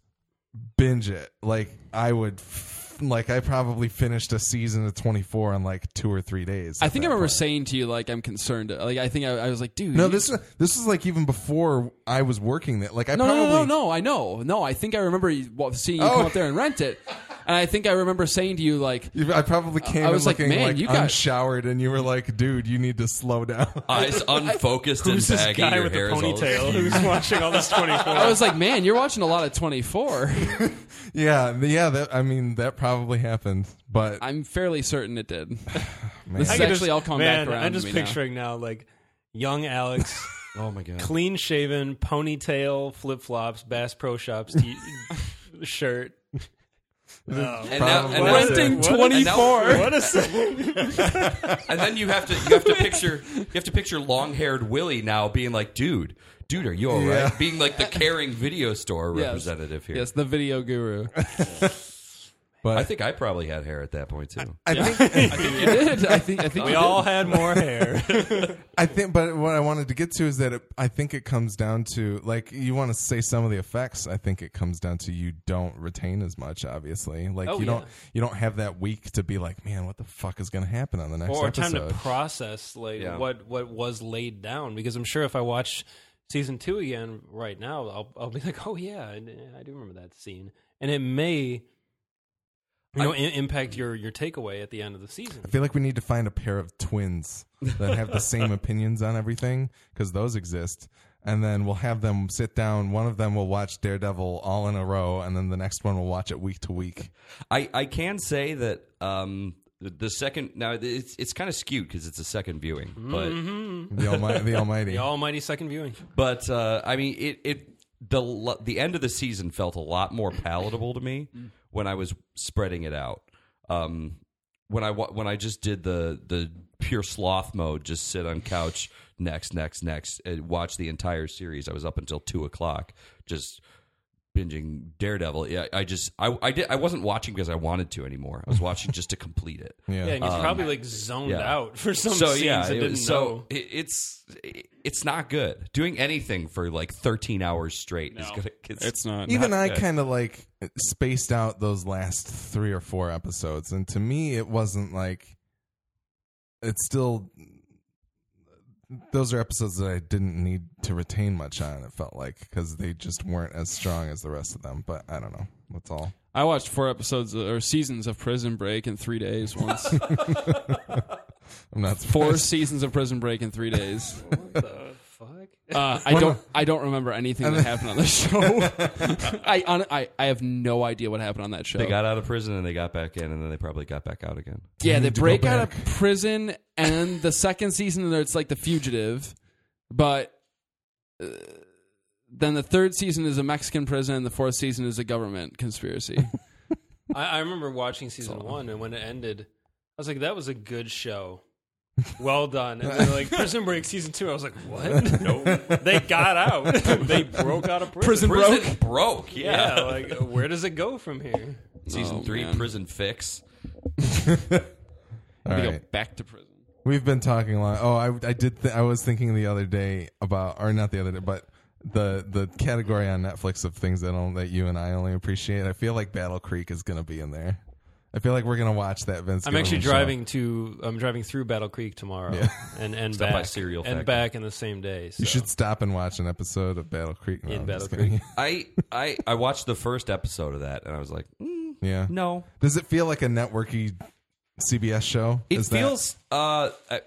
binge it like i would f- like i probably finished a season of 24 in like two or three days
I
at
think
that
I remember
point.
saying to you, like, I'm concerned. Like, I think I, I was like, dude.
no
you-
this this was like even before i was working that like i
No, no,
probably
no, no, no, I know. No, I think I remember you- well, seeing you
Oh.
come up there and rent it. And I think I remember saying to you, like,
You- I probably came
I was
in
like,
looking
man,
like
you got-
unshowered, and you were like, "Dude, you need to slow down."
Eyes unfocused and
Who's this
baggy.
guy
your
with the
hair is all-
ponytail who's watching all this 24?
I was like, man, you're watching a lot of 24.
yeah, th- yeah. That I mean, that probably happened, but
I'm fairly certain it did.
man,
This is
could
actually all coming
man,
back around.
I'm
to
just
me now.
picturing now. like young Alex,
Oh my god.
clean shaven, ponytail, flip flops, Bass Pro Shops t- shirt.
And now, and now-
Renting
and now-
24.
What is
And then you have to you have to picture you have to picture long haired Willie now being like, dude, dude, are you all right?
Yeah.
Being like the caring video store
Yes.
representative here.
Yes, the video guru.
but
I think I probably had hair at that point too.
I think
You did. I think. I think
We
you
all had more hair.
I think, but what I wanted to get to is that it, I think it comes down to like you want to say some of the effects. I think it comes down to you don't retain as much. Obviously, like
Oh,
you don't you don't have that week to be like, man, what the fuck is going to happen on the next
or
episode?
time to process like
Yeah.
what what was laid down because I'm sure if I watch season two again right now I'll I'll be like oh yeah I, I do remember that scene and it may you know I, impact your your takeaway at the end of the season.
I feel like we need to find a pair of twins that have the same opinions on everything because those exist. And then we'll have them sit down. One of them will watch Daredevil all in a row, and then the next one will watch it week to week.
I, I can say that um, the, the second now it's it's kind of skewed because it's a second viewing,
Mm-hmm.
The, almi- the Almighty.
The almighty second viewing.
but but uh, I mean it it the lo- the end of the season felt a lot more palatable to me when I was spreading it out. Um, when I wa- when I just did the the pure sloth mode, just sit on couch next next next, and watch the entire series. I was up until two o'clock, just binging Daredevil. Yeah, I just I I did I wasn't watching because I wanted to anymore. I was watching just to complete it.
Yeah.
Yeah, and you're probably like zoned
Um, yeah.
out for some scenes I
it-
didn't
so
know.
it- it's it- it's not good. Doing anything for like 13 hours straight is gonna. It's,
not.
Even I kind of like spaced out those last three or four episodes, and to me, it wasn't like it's still. Those are episodes that I didn't need to retain much on. It felt like because they just weren't as strong as the rest of them. But I don't know. That's all.
uh, I watched four episodes or seasons of Prison Break in three days once.
I'm not
Four
surprised.
seasons of Prison Break in three days.
What the fuck?
Uh, I don't. I don't remember anything that happened on the show. I, hon- I I have no idea what happened on that show.
They got out of prison and they got back in, and then they probably got back out again.
yeah, they
need to go
break out of prison, and the second season it's like the fugitive, but uh, then the third season is a Mexican prison, and the fourth season is a government conspiracy.
I, I remember watching season one, and when it ended, I was like, "That was a good show." Well done. And then like Prison Break season two, I was like, "What? No, they got out. they broke out of prison.
Prison broke. yeah.
Yeah, like where does it go from here?
Season
Oh,
three,
man.
prison fix.
All
They go
right.
back to prison.
We've been talking a lot. Oh, I, I did. Th- I was thinking the other day about, or not the other day, but the the category on Netflix of things that only, that you and I only appreciate. I feel like Battle Creek is gonna be in there. I feel like we're gonna watch that Vince.
I'm actually
Gilligan show.
driving to. I'm driving through Battle Creek tomorrow,
Yeah.
and and
Stop
back
by Cereal
and
Factory.
back in the same day. So.
You should stop and watch an episode of Battle Creek. No,
In
I'm just
Battle Creek.
kidding.
I, I I watched the first episode of that, and I was like, mm,
yeah.
no.
Does it feel like a networky CBS show?
It
Is that-
feels. Uh, I,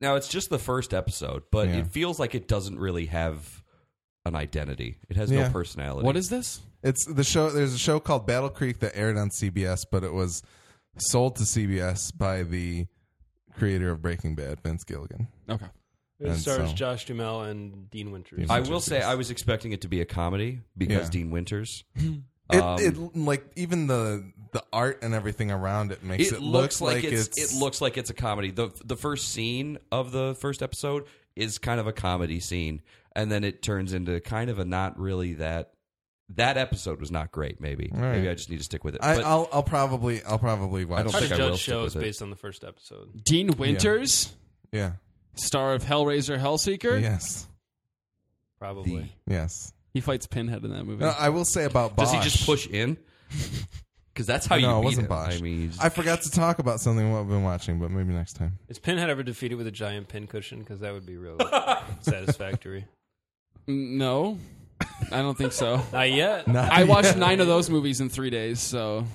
now it's just the first episode, but
Yeah.
it feels like it doesn't really have an identity. It has
Yeah.
no personality.
What is this?
It's the show. There's a show called Battle Creek that aired on CBS, but it was sold to CBS by the creator of Breaking Bad, Vince Gilligan.
Okay.
It
And
stars
so-
Josh Duhamel and Dean Winters.
I will say I was expecting it to be a comedy because
Yeah.
Dean Winters.
It,
Um,
it like even the the art and everything around it makes
It,
it,
looks like, it's,
it's
it looks like it's a comedy. the The first scene of the first episode is kind of a comedy scene, and then it turns into kind of a not really that. That episode was not great. Maybe
right.
maybe I just need to stick with it.
I,
but
I'll I'll probably I'll probably watch.
don't
Hard
it.
to
think I will
judge
stick with
shows
it.
based on the first episode.
Dean Winters,
yeah.
star of Hellraiser, Hellseeker.
Yes.
Probably.
Yes.
He fights Pinhead in that movie.
No, I will say about Bosch.
does he just push in? Because that's how you.
No, it
beat
wasn't
him.
Bosch.
I mean, you just-
I forgot to talk about something I've been watching, but maybe next time.
Is Pinhead ever defeated with a giant pincushion? Because that would be real satisfactory.
Mm, no, I don't think so.
Not yet.
I watched nine of those movies in three days, so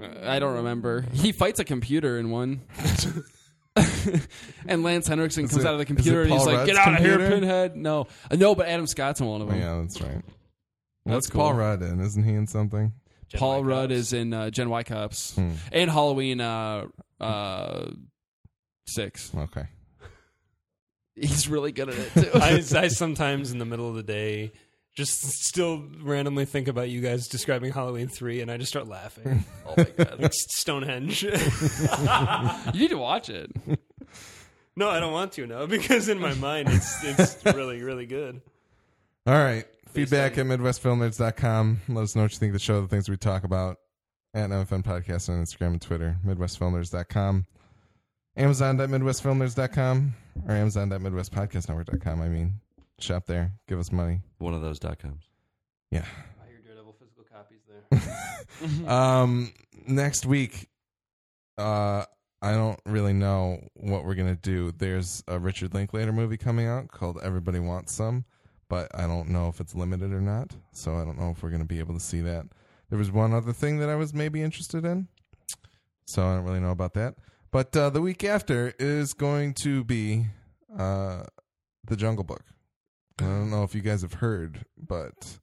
Uh, I don't remember. He fights a computer in one, and Lance Henriksen comes
it-
out of the
is it
computer and he's
Paul
like,
Rudd's
"Get out of here,
computer?"
Pinhead!" No, Uh, no, but Adam Scott's in one of
Oh,
them.
yeah, that's right.
That's
What's
cool.
Paul Rudd in? Isn't he in something?
Gen
Paul
Y
Rudd
cops.
is in uh, Gen Y Cops
Hmm.
and Halloween uh, uh, Six.
Okay.
He's really good at it too.
I, I sometimes in the middle of the day just still randomly think about you guys describing Halloween three, and I just start laughing.
oh my god!
Like Stonehenge.
you need to watch it.
no, I don't want to now because in my mind it's it's really really good.
All right. Feedback at MidwestFilmNerds.com. Let us know what you think of the show, the things we talk about at MFN Podcast on Instagram and Twitter, MidwestFilmNerds.com, Amazon.MidwestFilmNerds.com, or Amazon.MidwestPodcastNetwork.com. I mean, shop there. Give us money.
One of those dot coms.
Yeah.
Buy your Daredevil physical copies there.
Um, next week, uh, I don't really know what we're gonna do. There's a Richard Linklater movie coming out called Everybody Wants Some, but I don't know if it's limited or not. So I don't know if we're gonna be able to see that. There was one other thing that I was maybe interested in, so I don't really know about that. But uh, the week after is going to be uh, the Jungle Book. And I don't know if you guys have heard, but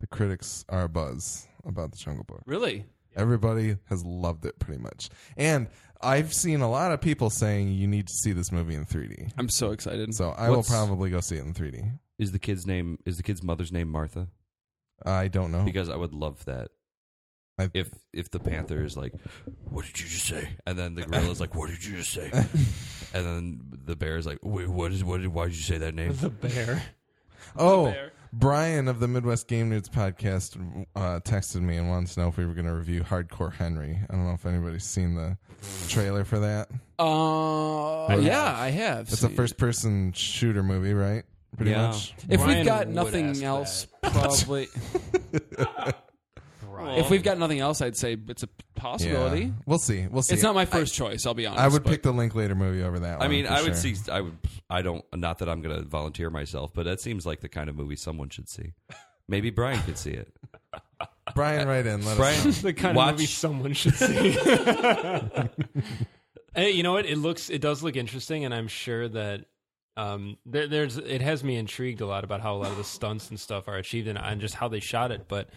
the critics are abuzz about the Jungle Book.
Really?
Everybody has loved it pretty much. And I've seen a lot of people saying you need to see this movie in 3D.
I'm so excited.
So I
What's-
will probably go see it in 3D.
Is the kid's name? Is the kid's mother's name Martha?
I don't know.
Because I would love that.
Oh. I-
If if the panther is like, what did you just say? And then the gorilla is like, what did you just say? And then the bear is like, wait, what is what? Did, why did you say that name?
the bear.
oh, Brian of the Midwest Game Nerds podcast uh, texted me and wanted to know if we were going to review Hardcore Henry. I don't know if anybody's seen the trailer for that.
Uh, yeah, I have.
It's a
seen-
first person shooter movie, right? Pretty
Yeah.
much.
If
Brian
we've got
would
nothing
ask
else, probably. if we've got nothing else, I'd say it's a possibility.
Yeah. We'll see. We'll see.
It's not my first choice. I'll be honest.
I would
but-
pick the Linklater movie over that one.
I mean,
for
I would
sure.
see. I would. I don't. Not that I'm going to volunteer myself, but that seems like the kind of movie someone should see. Maybe Brian could see it.
Brian right in. Let us know.
Brian,
the kind
Watch-
of movie someone should see. Hey, you know what? It looks, it does look interesting, and I'm sure that um, there, there's, it has me intrigued a lot about how a lot of the stunts and stuff are achieved and, and just how they shot it. But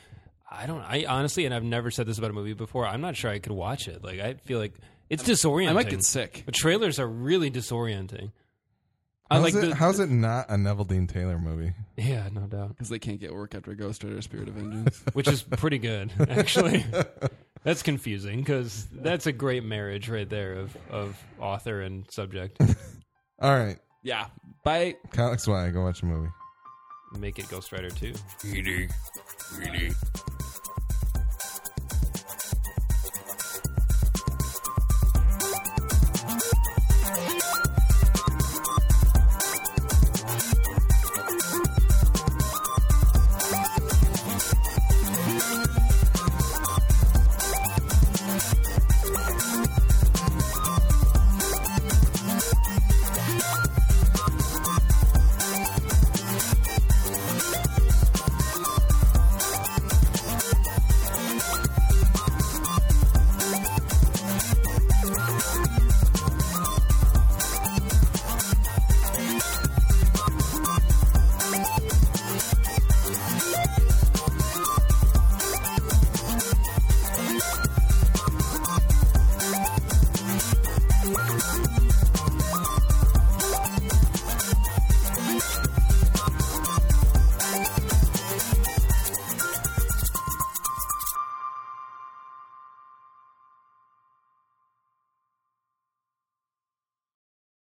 I don't, I honestly, and I've never said this about a movie before. I'm not sure I could watch it. Like, I feel like it's disorienting.
I might get sick.
The trailers are really disorienting. I
How's,
like
it,
the-
how's it not a Neville Dean Taylor movie?
Yeah, no doubt.
Because they can't get work after Ghost Rider Spirit of Vengeance.
which is pretty good actually. That's confusing because that's a great marriage right there of of author and subject.
All right,
yeah. Bye.
Alex, why go watch a movie?
Make it Ghost Rider too.